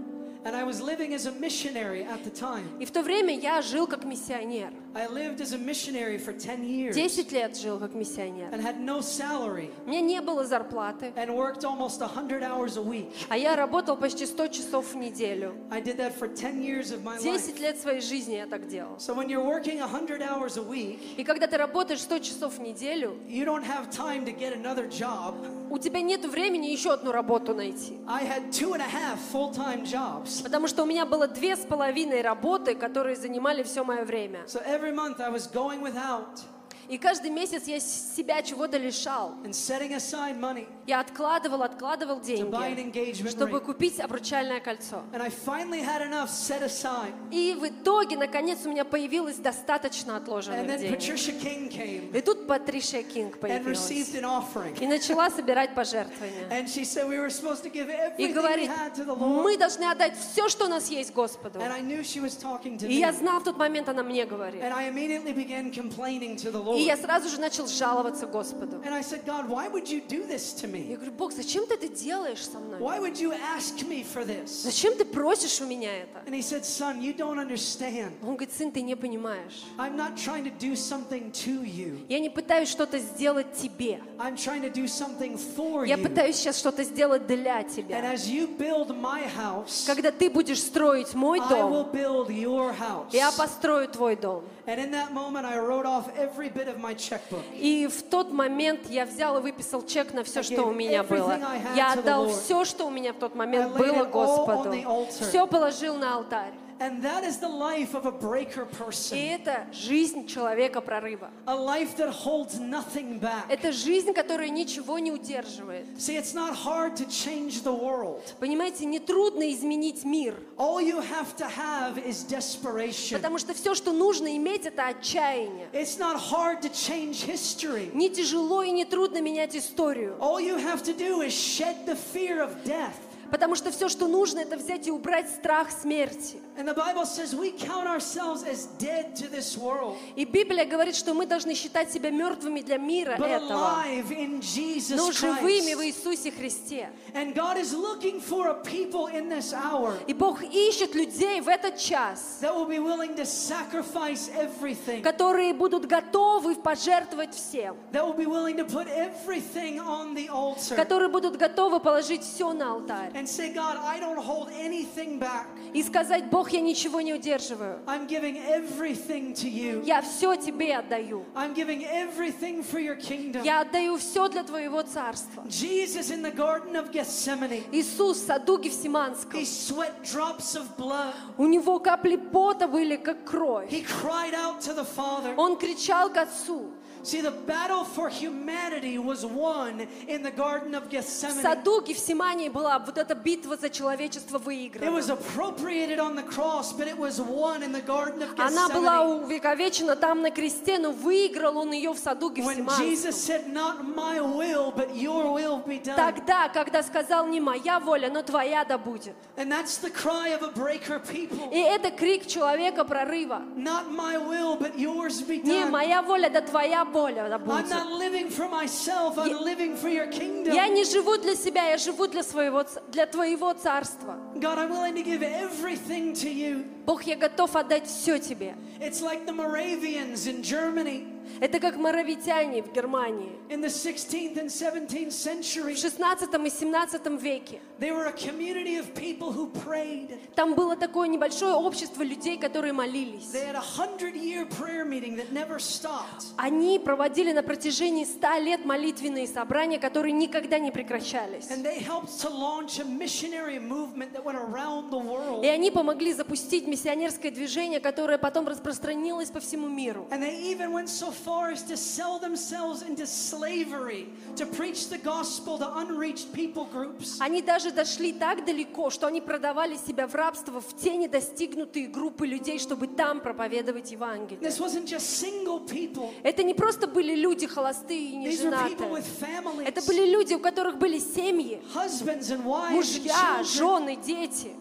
Speaker 1: And I was living as a missionary at the time.
Speaker 2: И в то время я жил как миссионер.
Speaker 1: I lived as a missionary for 10 years
Speaker 2: Десять лет жил как миссионер.
Speaker 1: and had no salary
Speaker 2: У меня не было зарплаты,
Speaker 1: and worked almost 100 hours a week.
Speaker 2: а я работал почти 100 часов в неделю.
Speaker 1: I did that for 10 years of my life.
Speaker 2: Десять лет своей жизни я так делал.
Speaker 1: So when you're working 100 hours a week,
Speaker 2: И когда ты работаешь 100 часов в неделю,
Speaker 1: you don't have time to get another job.
Speaker 2: у тебя нет времени еще одну работу найти.
Speaker 1: I had two and a half full time jobs.
Speaker 2: Потому что у меня было две с половиной работы, которые занимали все мое время.
Speaker 1: So every month I was going without
Speaker 2: И каждый месяц я с- себя чего-то лишал.
Speaker 1: and setting aside money
Speaker 2: Я откладывал, откладывал
Speaker 1: to buy an
Speaker 2: деньги,
Speaker 1: engagement
Speaker 2: чтобы
Speaker 1: ring.
Speaker 2: купить обручальное кольцо.
Speaker 1: And I finally had enough set aside.
Speaker 2: И в итоге, наконец, у меня появилось достаточно
Speaker 1: And
Speaker 2: отложенных
Speaker 1: then
Speaker 2: денег.
Speaker 1: Patricia King came
Speaker 2: И тут Патришия Кинг
Speaker 1: and
Speaker 2: появилась.
Speaker 1: received an offering.
Speaker 2: И начала собирать пожертвования.
Speaker 1: And she said we were supposed to give
Speaker 2: И
Speaker 1: everything we
Speaker 2: говорит,
Speaker 1: had to the Lord.
Speaker 2: мы должны отдать все, что у нас есть Господу.
Speaker 1: And I knew she was talking to
Speaker 2: И
Speaker 1: me.
Speaker 2: я знал в тот момент, она мне говорит.
Speaker 1: And I immediately began complaining to the
Speaker 2: И
Speaker 1: Lord.
Speaker 2: я сразу же начал жаловаться Господу.
Speaker 1: And I said, God, why would you do this to
Speaker 2: Я
Speaker 1: me?
Speaker 2: говорю, Бог, зачем ты это делаешь со мной?
Speaker 1: Why would you ask me for this?
Speaker 2: Зачем ты просишь у меня это?
Speaker 1: And he said, Son, you don't understand.
Speaker 2: Он говорит, сын, ты не понимаешь.
Speaker 1: I'm not trying to do something to you.
Speaker 2: Я не пытаюсь что-то сделать тебе.
Speaker 1: I'm trying to do something for
Speaker 2: Я
Speaker 1: you.
Speaker 2: пытаюсь сейчас что-то сделать для
Speaker 1: And
Speaker 2: тебя.
Speaker 1: as you build my house,
Speaker 2: Когда ты будешь строить мой
Speaker 1: I will
Speaker 2: дом,
Speaker 1: build your house.
Speaker 2: я построю твой дом.
Speaker 1: And in that moment, I wrote off every bit of my checkbook.
Speaker 2: И в тот момент я взял и выписал чек на все,
Speaker 1: I
Speaker 2: что у
Speaker 1: gave
Speaker 2: меня было.
Speaker 1: everything I had
Speaker 2: Я
Speaker 1: to the
Speaker 2: отдал
Speaker 1: Lord.
Speaker 2: все, что у меня в тот
Speaker 1: I
Speaker 2: момент
Speaker 1: laid
Speaker 2: было
Speaker 1: it all on
Speaker 2: Господу.
Speaker 1: the altar.
Speaker 2: Все положил на алтарь.
Speaker 1: And that is the life of a breaker
Speaker 2: И
Speaker 1: person
Speaker 2: это жизнь человека прорыва.
Speaker 1: a life that holds nothing back.
Speaker 2: Это жизнь, которая ничего не удерживает.
Speaker 1: See, it's not hard to change the world.
Speaker 2: Понимаете, нетрудно изменить мир,
Speaker 1: All you have to have is desperation.
Speaker 2: потому что все, что нужно иметь, это отчаяние.
Speaker 1: It's not hard to change history.
Speaker 2: Не тяжело и не трудно менять историю,
Speaker 1: All you have to do is shed the fear of death.
Speaker 2: потому что все, что нужно, это взять и убрать страх смерти.
Speaker 1: And the Bible says we count ourselves as dead to this world,
Speaker 2: И Библия говорит, что мы должны считать себя мертвыми для мира
Speaker 1: but
Speaker 2: этого,
Speaker 1: alive in Jesus
Speaker 2: но живыми в
Speaker 1: Christ.
Speaker 2: Иисусе Христе.
Speaker 1: And God is looking for a people in this hour
Speaker 2: И Бог ищет людей в этот час,
Speaker 1: that will be willing to sacrifice everything,
Speaker 2: которые будут готовы пожертвовать всем,
Speaker 1: that will be willing to put everything on the altar
Speaker 2: которые будут готовы положить все на алтарь.
Speaker 1: and say, God, I don't hold anything back.
Speaker 2: и сказать, Бог, я ничего не удерживаю.
Speaker 1: I'm giving everything to you.
Speaker 2: Я все тебе отдаю.
Speaker 1: I'm giving everything for your kingdom.
Speaker 2: Я отдаю все для твоего царства.
Speaker 1: Jesus in the Garden of Gethsemane,
Speaker 2: Иисус в саду Гефсиманском.
Speaker 1: he sweat drops of blood.
Speaker 2: У него капли пота были, как кровь.
Speaker 1: He cried out to the Father,
Speaker 2: Он кричал к Отцу,
Speaker 1: See, the battle for humanity was won in the Garden of
Speaker 2: В
Speaker 1: Gethsemane.
Speaker 2: саду Гефсимании была вот эта битва за человечество
Speaker 1: It was
Speaker 2: выиграна.
Speaker 1: appropriated on the cross, but it was won in the Garden of
Speaker 2: Она была
Speaker 1: Gethsemane.
Speaker 2: увековечена там на кресте, но выиграл он ее в саду
Speaker 1: When
Speaker 2: Гефсиманском.
Speaker 1: Jesus said, Not my will, but your will be done.
Speaker 2: Тогда, когда сказал не моя воля, но твоя да будет.
Speaker 1: And that's the cry of a breaker people.
Speaker 2: И это крик человека прорыва.
Speaker 1: Not my will, but yours be
Speaker 2: Не
Speaker 1: done.
Speaker 2: моя воля, да твоя воля да
Speaker 1: I'm
Speaker 2: будет.
Speaker 1: not living for myself, I'm living for your
Speaker 2: Я
Speaker 1: kingdom.
Speaker 2: не живу для себя, я живу для своего, ц- для твоего царства.
Speaker 1: God, I'm willing to give everything to you.
Speaker 2: Бог, я готов отдать все тебе.
Speaker 1: It's like the Moravians in Germany
Speaker 2: Это как моровитяне в Германии.
Speaker 1: in the 16th and 17th
Speaker 2: В
Speaker 1: century.
Speaker 2: 16 и 17 веке
Speaker 1: They were a community of people who prayed.
Speaker 2: там было такое небольшое общество людей, которые молились.
Speaker 1: They had a hundred year prayer meeting that never stopped.
Speaker 2: Они проводили на протяжении ста лет молитвенные собрания, которые никогда не прекращались.
Speaker 1: And they helped to launch a missionary movement that went around the world.
Speaker 2: И они помогли запустить миссионерское движение, которое потом распространилось по всему миру.
Speaker 1: And they even went so far as to sell themselves into slavery to preach the gospel to unreached people groups.
Speaker 2: Они даже дошли так далеко, что они продавали себя в рабство в те недостигнутые группы людей, чтобы там проповедовать Евангелие.
Speaker 1: This wasn't just single people,
Speaker 2: Это не просто были люди холостые и
Speaker 1: these were people
Speaker 2: неженатые.
Speaker 1: with families,
Speaker 2: Это были люди, у которых были семьи,
Speaker 1: husbands and wives, and
Speaker 2: мужья,
Speaker 1: children.
Speaker 2: жены, дети.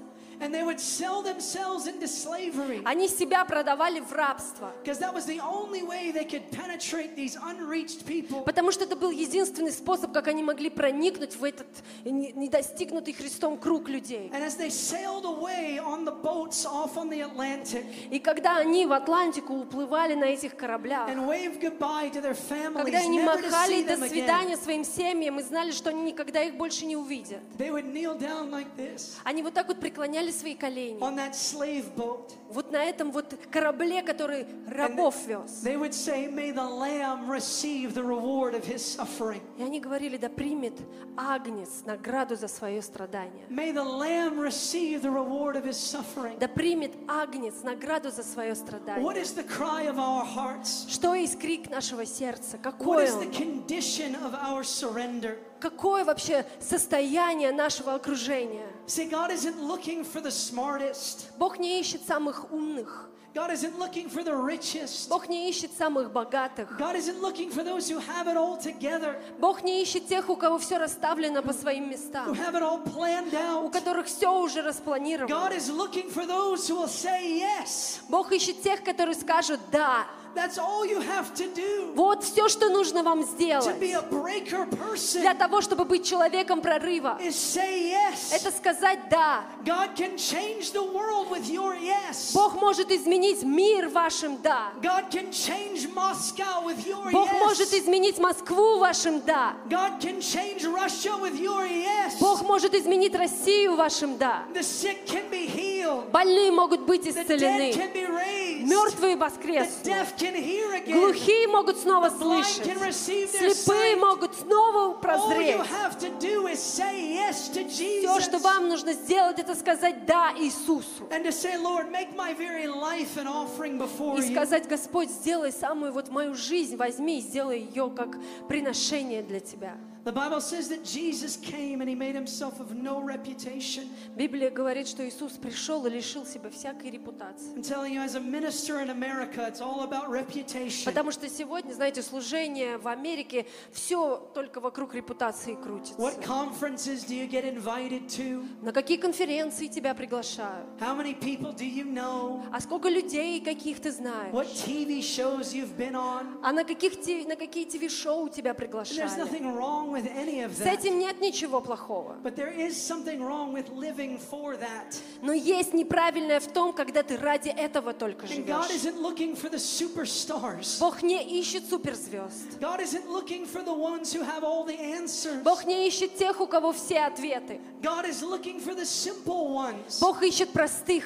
Speaker 1: And they would sell themselves into slavery
Speaker 2: Они себя продавали в рабство,
Speaker 1: because that was the only way they could penetrate these unreached people.
Speaker 2: потому что это был единственный способ, как они могли проникнуть в этот не- недостигнутый Христом круг людей.
Speaker 1: And as they sailed away on the boats off on the Atlantic
Speaker 2: И когда они в Атлантику уплывали на этих кораблях,
Speaker 1: and waved goodbye to their families,
Speaker 2: когда они
Speaker 1: never to
Speaker 2: махали
Speaker 1: see
Speaker 2: до
Speaker 1: them again,
Speaker 2: свидания своим семьям и знали, что они никогда их больше не увидят,
Speaker 1: they would kneel down like this
Speaker 2: они вот так вот преклоняли свои колени.
Speaker 1: on that slave boat.
Speaker 2: Вот на этом вот корабле, который рабов вез.
Speaker 1: They would say, May the Lamb receive the reward of his suffering.
Speaker 2: И они говорили, да примет Агнец награду за свое страдание.
Speaker 1: May the Lamb receive the reward of his suffering.
Speaker 2: Да примет Агнец награду за свое страдание.
Speaker 1: What is the cry of our hearts?
Speaker 2: Что есть крик нашего сердца?
Speaker 1: What
Speaker 2: Какое
Speaker 1: is the
Speaker 2: он?
Speaker 1: condition of our surrender?
Speaker 2: Какое вообще состояние нашего окружения?
Speaker 1: See, God isn't looking for the smartest.
Speaker 2: Бог не ищет самых умных.
Speaker 1: God isn't looking for the richest.
Speaker 2: Бог не ищет самых богатых.
Speaker 1: God isn't looking for those who have it all together,
Speaker 2: Бог не ищет тех, у кого все расставлено по своим
Speaker 1: who
Speaker 2: местам,
Speaker 1: have it all planned
Speaker 2: у
Speaker 1: out.
Speaker 2: которых все уже распланировано.
Speaker 1: God is looking for those who will say yes.
Speaker 2: Бог ищет тех, которые скажут «да».
Speaker 1: That's all you have to do
Speaker 2: Вот все, что нужно вам
Speaker 1: to
Speaker 2: сделать
Speaker 1: be a breaker person
Speaker 2: для того, чтобы быть человеком прорыва.
Speaker 1: is say yes.
Speaker 2: Это сказать «да».
Speaker 1: God can change the world with your yes.
Speaker 2: Бог может изменить мир вашим «да».
Speaker 1: God can change Moscow with your
Speaker 2: Бог может
Speaker 1: yes.
Speaker 2: изменить Москву вашим «да».
Speaker 1: God can change Russia with your yes.
Speaker 2: Бог может изменить Россию вашим «да».
Speaker 1: The sick can be healed.
Speaker 2: Больные могут быть
Speaker 1: The dead
Speaker 2: исцелены.
Speaker 1: can be raised.
Speaker 2: Мертвые
Speaker 1: The
Speaker 2: воскреснут.
Speaker 1: deaf can hear again.
Speaker 2: Глухие могут снова
Speaker 1: blind
Speaker 2: слышать.
Speaker 1: can receive their
Speaker 2: Слепые
Speaker 1: sight.
Speaker 2: могут снова
Speaker 1: All Oh, you
Speaker 2: прозреть.
Speaker 1: have to do is say yes to
Speaker 2: Все,
Speaker 1: Jesus
Speaker 2: что вам нужно сделать, это сказать «да» Иисусу.
Speaker 1: and to say, Lord, make my very life an offering before
Speaker 2: И
Speaker 1: you.
Speaker 2: сказать, Господь, сделай самую вот мою жизнь, возьми и сделай ее как приношение для Тебя.
Speaker 1: The Bible says that Jesus came and he made himself of no reputation.
Speaker 2: Библия говорит, что Иисус пришел и лишил себя всякой репутации.
Speaker 1: I'm telling you, as a minister in America, it's all about reputation.
Speaker 2: Потому что сегодня, знаете, служение в Америке, все только вокруг репутации крутится.
Speaker 1: What conferences do you get invited to?
Speaker 2: На какие конференции тебя приглашают?
Speaker 1: How many people do you know?
Speaker 2: А сколько людей каких ты знаешь?
Speaker 1: What TV shows you've been on?
Speaker 2: А на, каких ти- на какие ТВ-шоу тебя
Speaker 1: And there's
Speaker 2: приглашали?
Speaker 1: nothing wrong with any of
Speaker 2: С
Speaker 1: that.
Speaker 2: этим нет ничего плохого.
Speaker 1: But there is something wrong with living for that.
Speaker 2: Но есть неправильное в том, когда ты ради этого только
Speaker 1: And God
Speaker 2: живешь.
Speaker 1: isn't looking for the superstars.
Speaker 2: Бог не ищет суперзвезд.
Speaker 1: God isn't looking for the ones who have all the answers.
Speaker 2: Бог не ищет тех, у кого все ответы.
Speaker 1: God is looking for the simple ones.
Speaker 2: Бог ищет простых.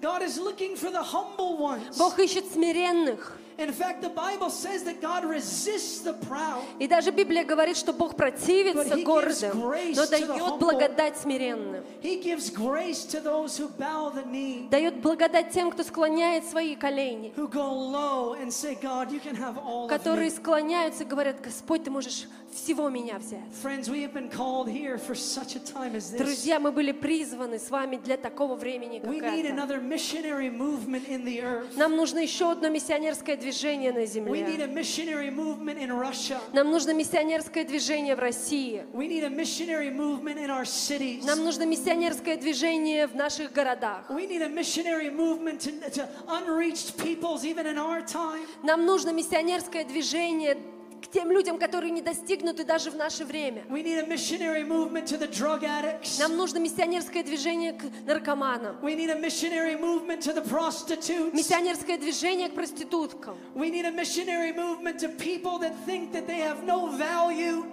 Speaker 1: God is looking for the humble ones.
Speaker 2: Бог ищет смиренных.
Speaker 1: In fact, the Bible says that God resists the proud.
Speaker 2: И даже Библия говорит, что Бог
Speaker 1: But
Speaker 2: противится
Speaker 1: he gives
Speaker 2: гордым,
Speaker 1: grace
Speaker 2: но
Speaker 1: to the humble.
Speaker 2: дает благодать смиренным.
Speaker 1: He gives grace to those who bow the knee,
Speaker 2: Дает благодать тем, кто склоняет свои колени,
Speaker 1: who go low and say, God, you can have all of
Speaker 2: которые
Speaker 1: me.
Speaker 2: склоняются и говорят, Господь, ты можешь всего меня взять.
Speaker 1: Friends, we have been called here for such a time as this.
Speaker 2: Друзья, мы были призваны с вами для такого времени, как
Speaker 1: We need
Speaker 2: это.
Speaker 1: another missionary movement in the earth.
Speaker 2: Нам нужно еще одно миссионерское движение на
Speaker 1: We need
Speaker 2: земле.
Speaker 1: a missionary movement in Russia.
Speaker 2: Нам нужно миссионерское движение в России.
Speaker 1: We need a missionary movement in our cities.
Speaker 2: Нам нужно миссионерское движение в наших городах.
Speaker 1: We need a missionary movement to, to unreached peoples, even in our time.
Speaker 2: Нам нужно миссионерское движение к тем людям, которые не достигнуты даже в наше время.
Speaker 1: We need a missionary movement to the drug addicts.
Speaker 2: Нам нужно миссионерское движение к наркоманам,
Speaker 1: We need a missionary movement to the prostitutes.
Speaker 2: миссионерское движение к проституткам.
Speaker 1: We need a missionary movement to people that think that they have no value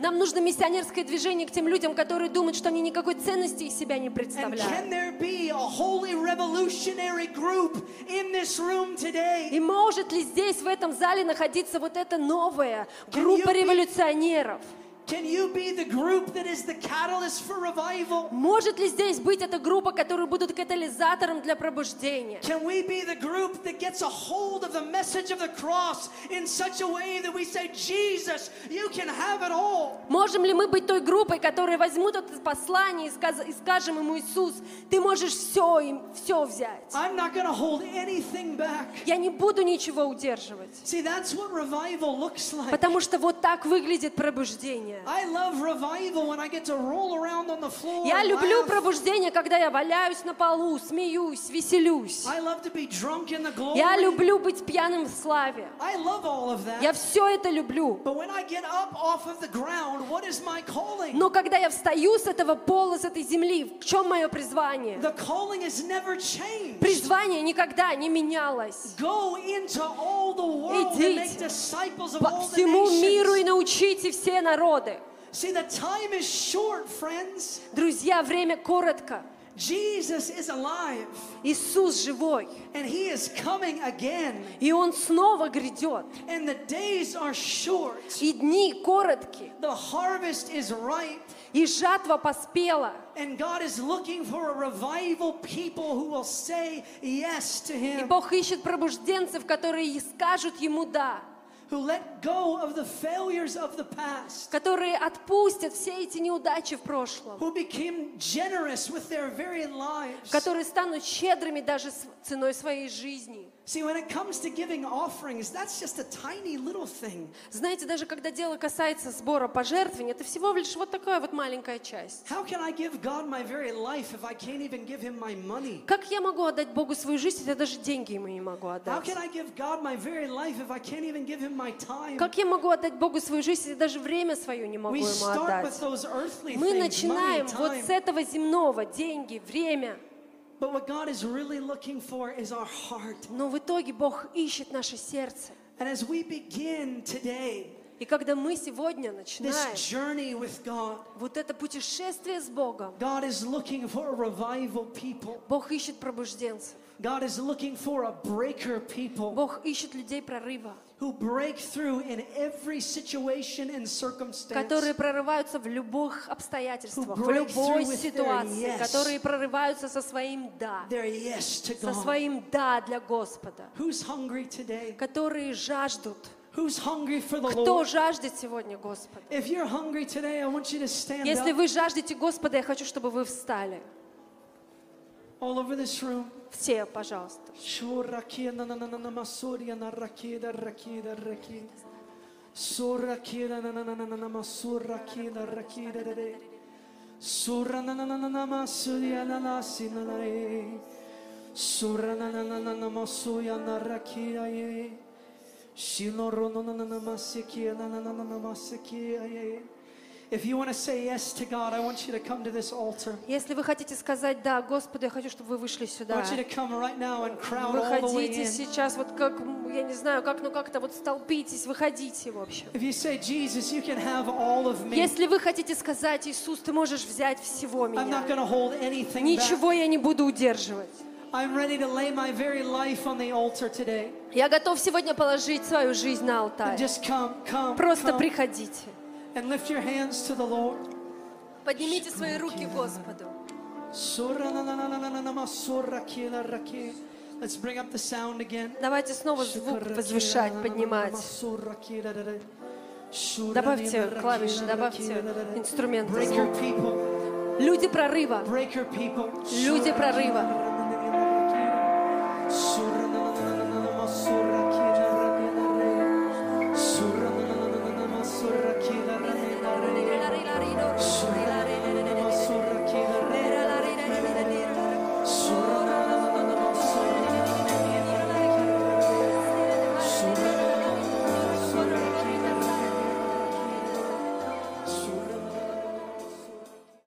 Speaker 2: Нам нужно миссионерское движение к тем людям, которые думают, что они никакой ценности из себя не
Speaker 1: And
Speaker 2: представляют.
Speaker 1: can there be a holy revolutionary group in this room today?
Speaker 2: И может ли здесь, в этом зале, находиться вот эта новая
Speaker 1: Can
Speaker 2: группа
Speaker 1: you be-
Speaker 2: революционеров?
Speaker 1: Can you be the group that is the catalyst for revival?
Speaker 2: Может ли здесь быть эта группа, которые будут катализатором для пробуждения?
Speaker 1: Can we be the group that gets a hold of the message of the cross in such a way that we say, Jesus, you can have it all?
Speaker 2: Можем ли мы быть той группой, которая возьмут это послание и, сказ- и скажем ему, Иисус, ты можешь все им, все взять.
Speaker 1: I'm not going to hold anything back.
Speaker 2: Я не буду ничего удерживать.
Speaker 1: See, that's what revival looks like.
Speaker 2: Потому что вот так выглядит пробуждение.
Speaker 1: I love revival when I get to roll around on the floor.
Speaker 2: Я
Speaker 1: and
Speaker 2: люблю
Speaker 1: laugh.
Speaker 2: пробуждение, когда я валяюсь на полу, смеюсь, веселюсь.
Speaker 1: I love to be drunk in the glory.
Speaker 2: Я люблю быть пьяным в славе.
Speaker 1: I love all of that.
Speaker 2: Я все это люблю.
Speaker 1: But when I get up off of the ground, what is my calling?
Speaker 2: Но когда я встаю с этого пола, с этой земли, в чем мое призвание?
Speaker 1: The calling has never changed.
Speaker 2: Призвание никогда не менялось.
Speaker 1: Go into all the world and make
Speaker 2: Идите
Speaker 1: disciples of
Speaker 2: По
Speaker 1: all the
Speaker 2: всему миру и
Speaker 1: nations.
Speaker 2: научите все народы.
Speaker 1: See, the time is short, friends.
Speaker 2: Друзья, время коротко.
Speaker 1: Jesus is alive
Speaker 2: Иисус живой.
Speaker 1: and he is coming again.
Speaker 2: И Он снова грядет.
Speaker 1: And the days are short.
Speaker 2: И дни короткие.
Speaker 1: The harvest is ripe.
Speaker 2: И жатва поспела.
Speaker 1: And God is looking for a revival people who will say yes to
Speaker 2: И
Speaker 1: him,
Speaker 2: Бог ищет пробужденцев, которые и скажут Ему «да»,
Speaker 1: who let go of the failures of the past.
Speaker 2: которые отпустят все эти неудачи в прошлом,
Speaker 1: who became generous with their very lives.
Speaker 2: которые станут щедрыми даже с- ценой своей жизни.
Speaker 1: See, when it comes to giving offerings, that's just a tiny little thing.
Speaker 2: Знаете, даже когда дело касается сбора пожертвований, это всего лишь вот такая вот маленькая часть.
Speaker 1: How can I give God my very life if I can't even give him my money?
Speaker 2: Как я могу отдать Богу свою жизнь, если я даже деньги ему не могу
Speaker 1: How
Speaker 2: отдать?
Speaker 1: can I give God my very life if I can't even give him my time?
Speaker 2: Как я могу отдать Богу свою жизнь, если я даже время свое не могу
Speaker 1: We
Speaker 2: ему
Speaker 1: start
Speaker 2: отдать?
Speaker 1: with those earthly
Speaker 2: Мы
Speaker 1: things, money,
Speaker 2: начинаем вот с
Speaker 1: time.
Speaker 2: этого земного, деньги, время.
Speaker 1: But what God is really looking for is our heart.
Speaker 2: Но в итоге Бог ищет наше сердце.
Speaker 1: And as we begin today
Speaker 2: И когда мы сегодня
Speaker 1: this
Speaker 2: начинаем
Speaker 1: journey with God,
Speaker 2: вот это путешествие с Богом,
Speaker 1: God is looking for a revival people.
Speaker 2: Бог ищет пробужденцев,
Speaker 1: God is looking for a breaker people.
Speaker 2: Бог ищет людей прорыва,
Speaker 1: who break through in every situation and
Speaker 2: которые
Speaker 1: circumstance.
Speaker 2: прорываются в любых обстоятельствах,
Speaker 1: Who
Speaker 2: в любой
Speaker 1: break through with their
Speaker 2: ситуации,
Speaker 1: yes.
Speaker 2: которые прорываются со своим «да»,
Speaker 1: Their yes to
Speaker 2: со
Speaker 1: God.
Speaker 2: своим «да» для Господа,
Speaker 1: Who's hungry today?
Speaker 2: которые жаждут.
Speaker 1: Who's hungry for the
Speaker 2: Кто
Speaker 1: Lord?
Speaker 2: жаждет сегодня Господа?
Speaker 1: If you're hungry today, I want you to stand
Speaker 2: Если
Speaker 1: up
Speaker 2: вы жаждете Господа, я хочу, чтобы вы встали.
Speaker 1: all over this room.
Speaker 2: Все, пожалуйста.
Speaker 1: Shurakia na na na na na masuria na rakida rakida rakida. Surakia na na na na na na masurakia na rakida da da. Surra na na na na na masuria na na si na na e. Surra na na na na na masuria na rakida e. Shinoro na na na na masikia na na na na na masikia e. If you want to say yes to God, I want you to come to this altar.
Speaker 2: Если вы хотите сказать «да» Господу, я хочу, чтобы вы вышли
Speaker 1: I
Speaker 2: сюда.
Speaker 1: want you to come right now and crowd all the way
Speaker 2: Выходите
Speaker 1: in.
Speaker 2: сейчас, вот как, м, я не знаю, как, ну как-то вот столпитесь, выходите, в общем.
Speaker 1: If you say, Jesus, you can have all of me,
Speaker 2: Если вы хотите сказать, Иисус, ты можешь взять всего
Speaker 1: I'm not
Speaker 2: меня,
Speaker 1: going to hold anything back.
Speaker 2: ничего я не буду удерживать.
Speaker 1: I'm ready to lay my very life on the altar today.
Speaker 2: Я готов сегодня положить свою жизнь на
Speaker 1: And
Speaker 2: алтарь.
Speaker 1: just come, come,
Speaker 2: Просто
Speaker 1: come
Speaker 2: приходите.
Speaker 1: and lift your hands to the Lord.
Speaker 2: Поднимите свои руки Господу.
Speaker 1: Sura na na na na na na na ma sura ki la ra ki. Let's bring up the sound again.
Speaker 2: Давайте снова звук возвышать, поднимать. Добавьте клавиши, добавьте инструмент.
Speaker 1: Break your people,
Speaker 2: Люди прорыва.
Speaker 1: break your people.
Speaker 2: Люди прорыва.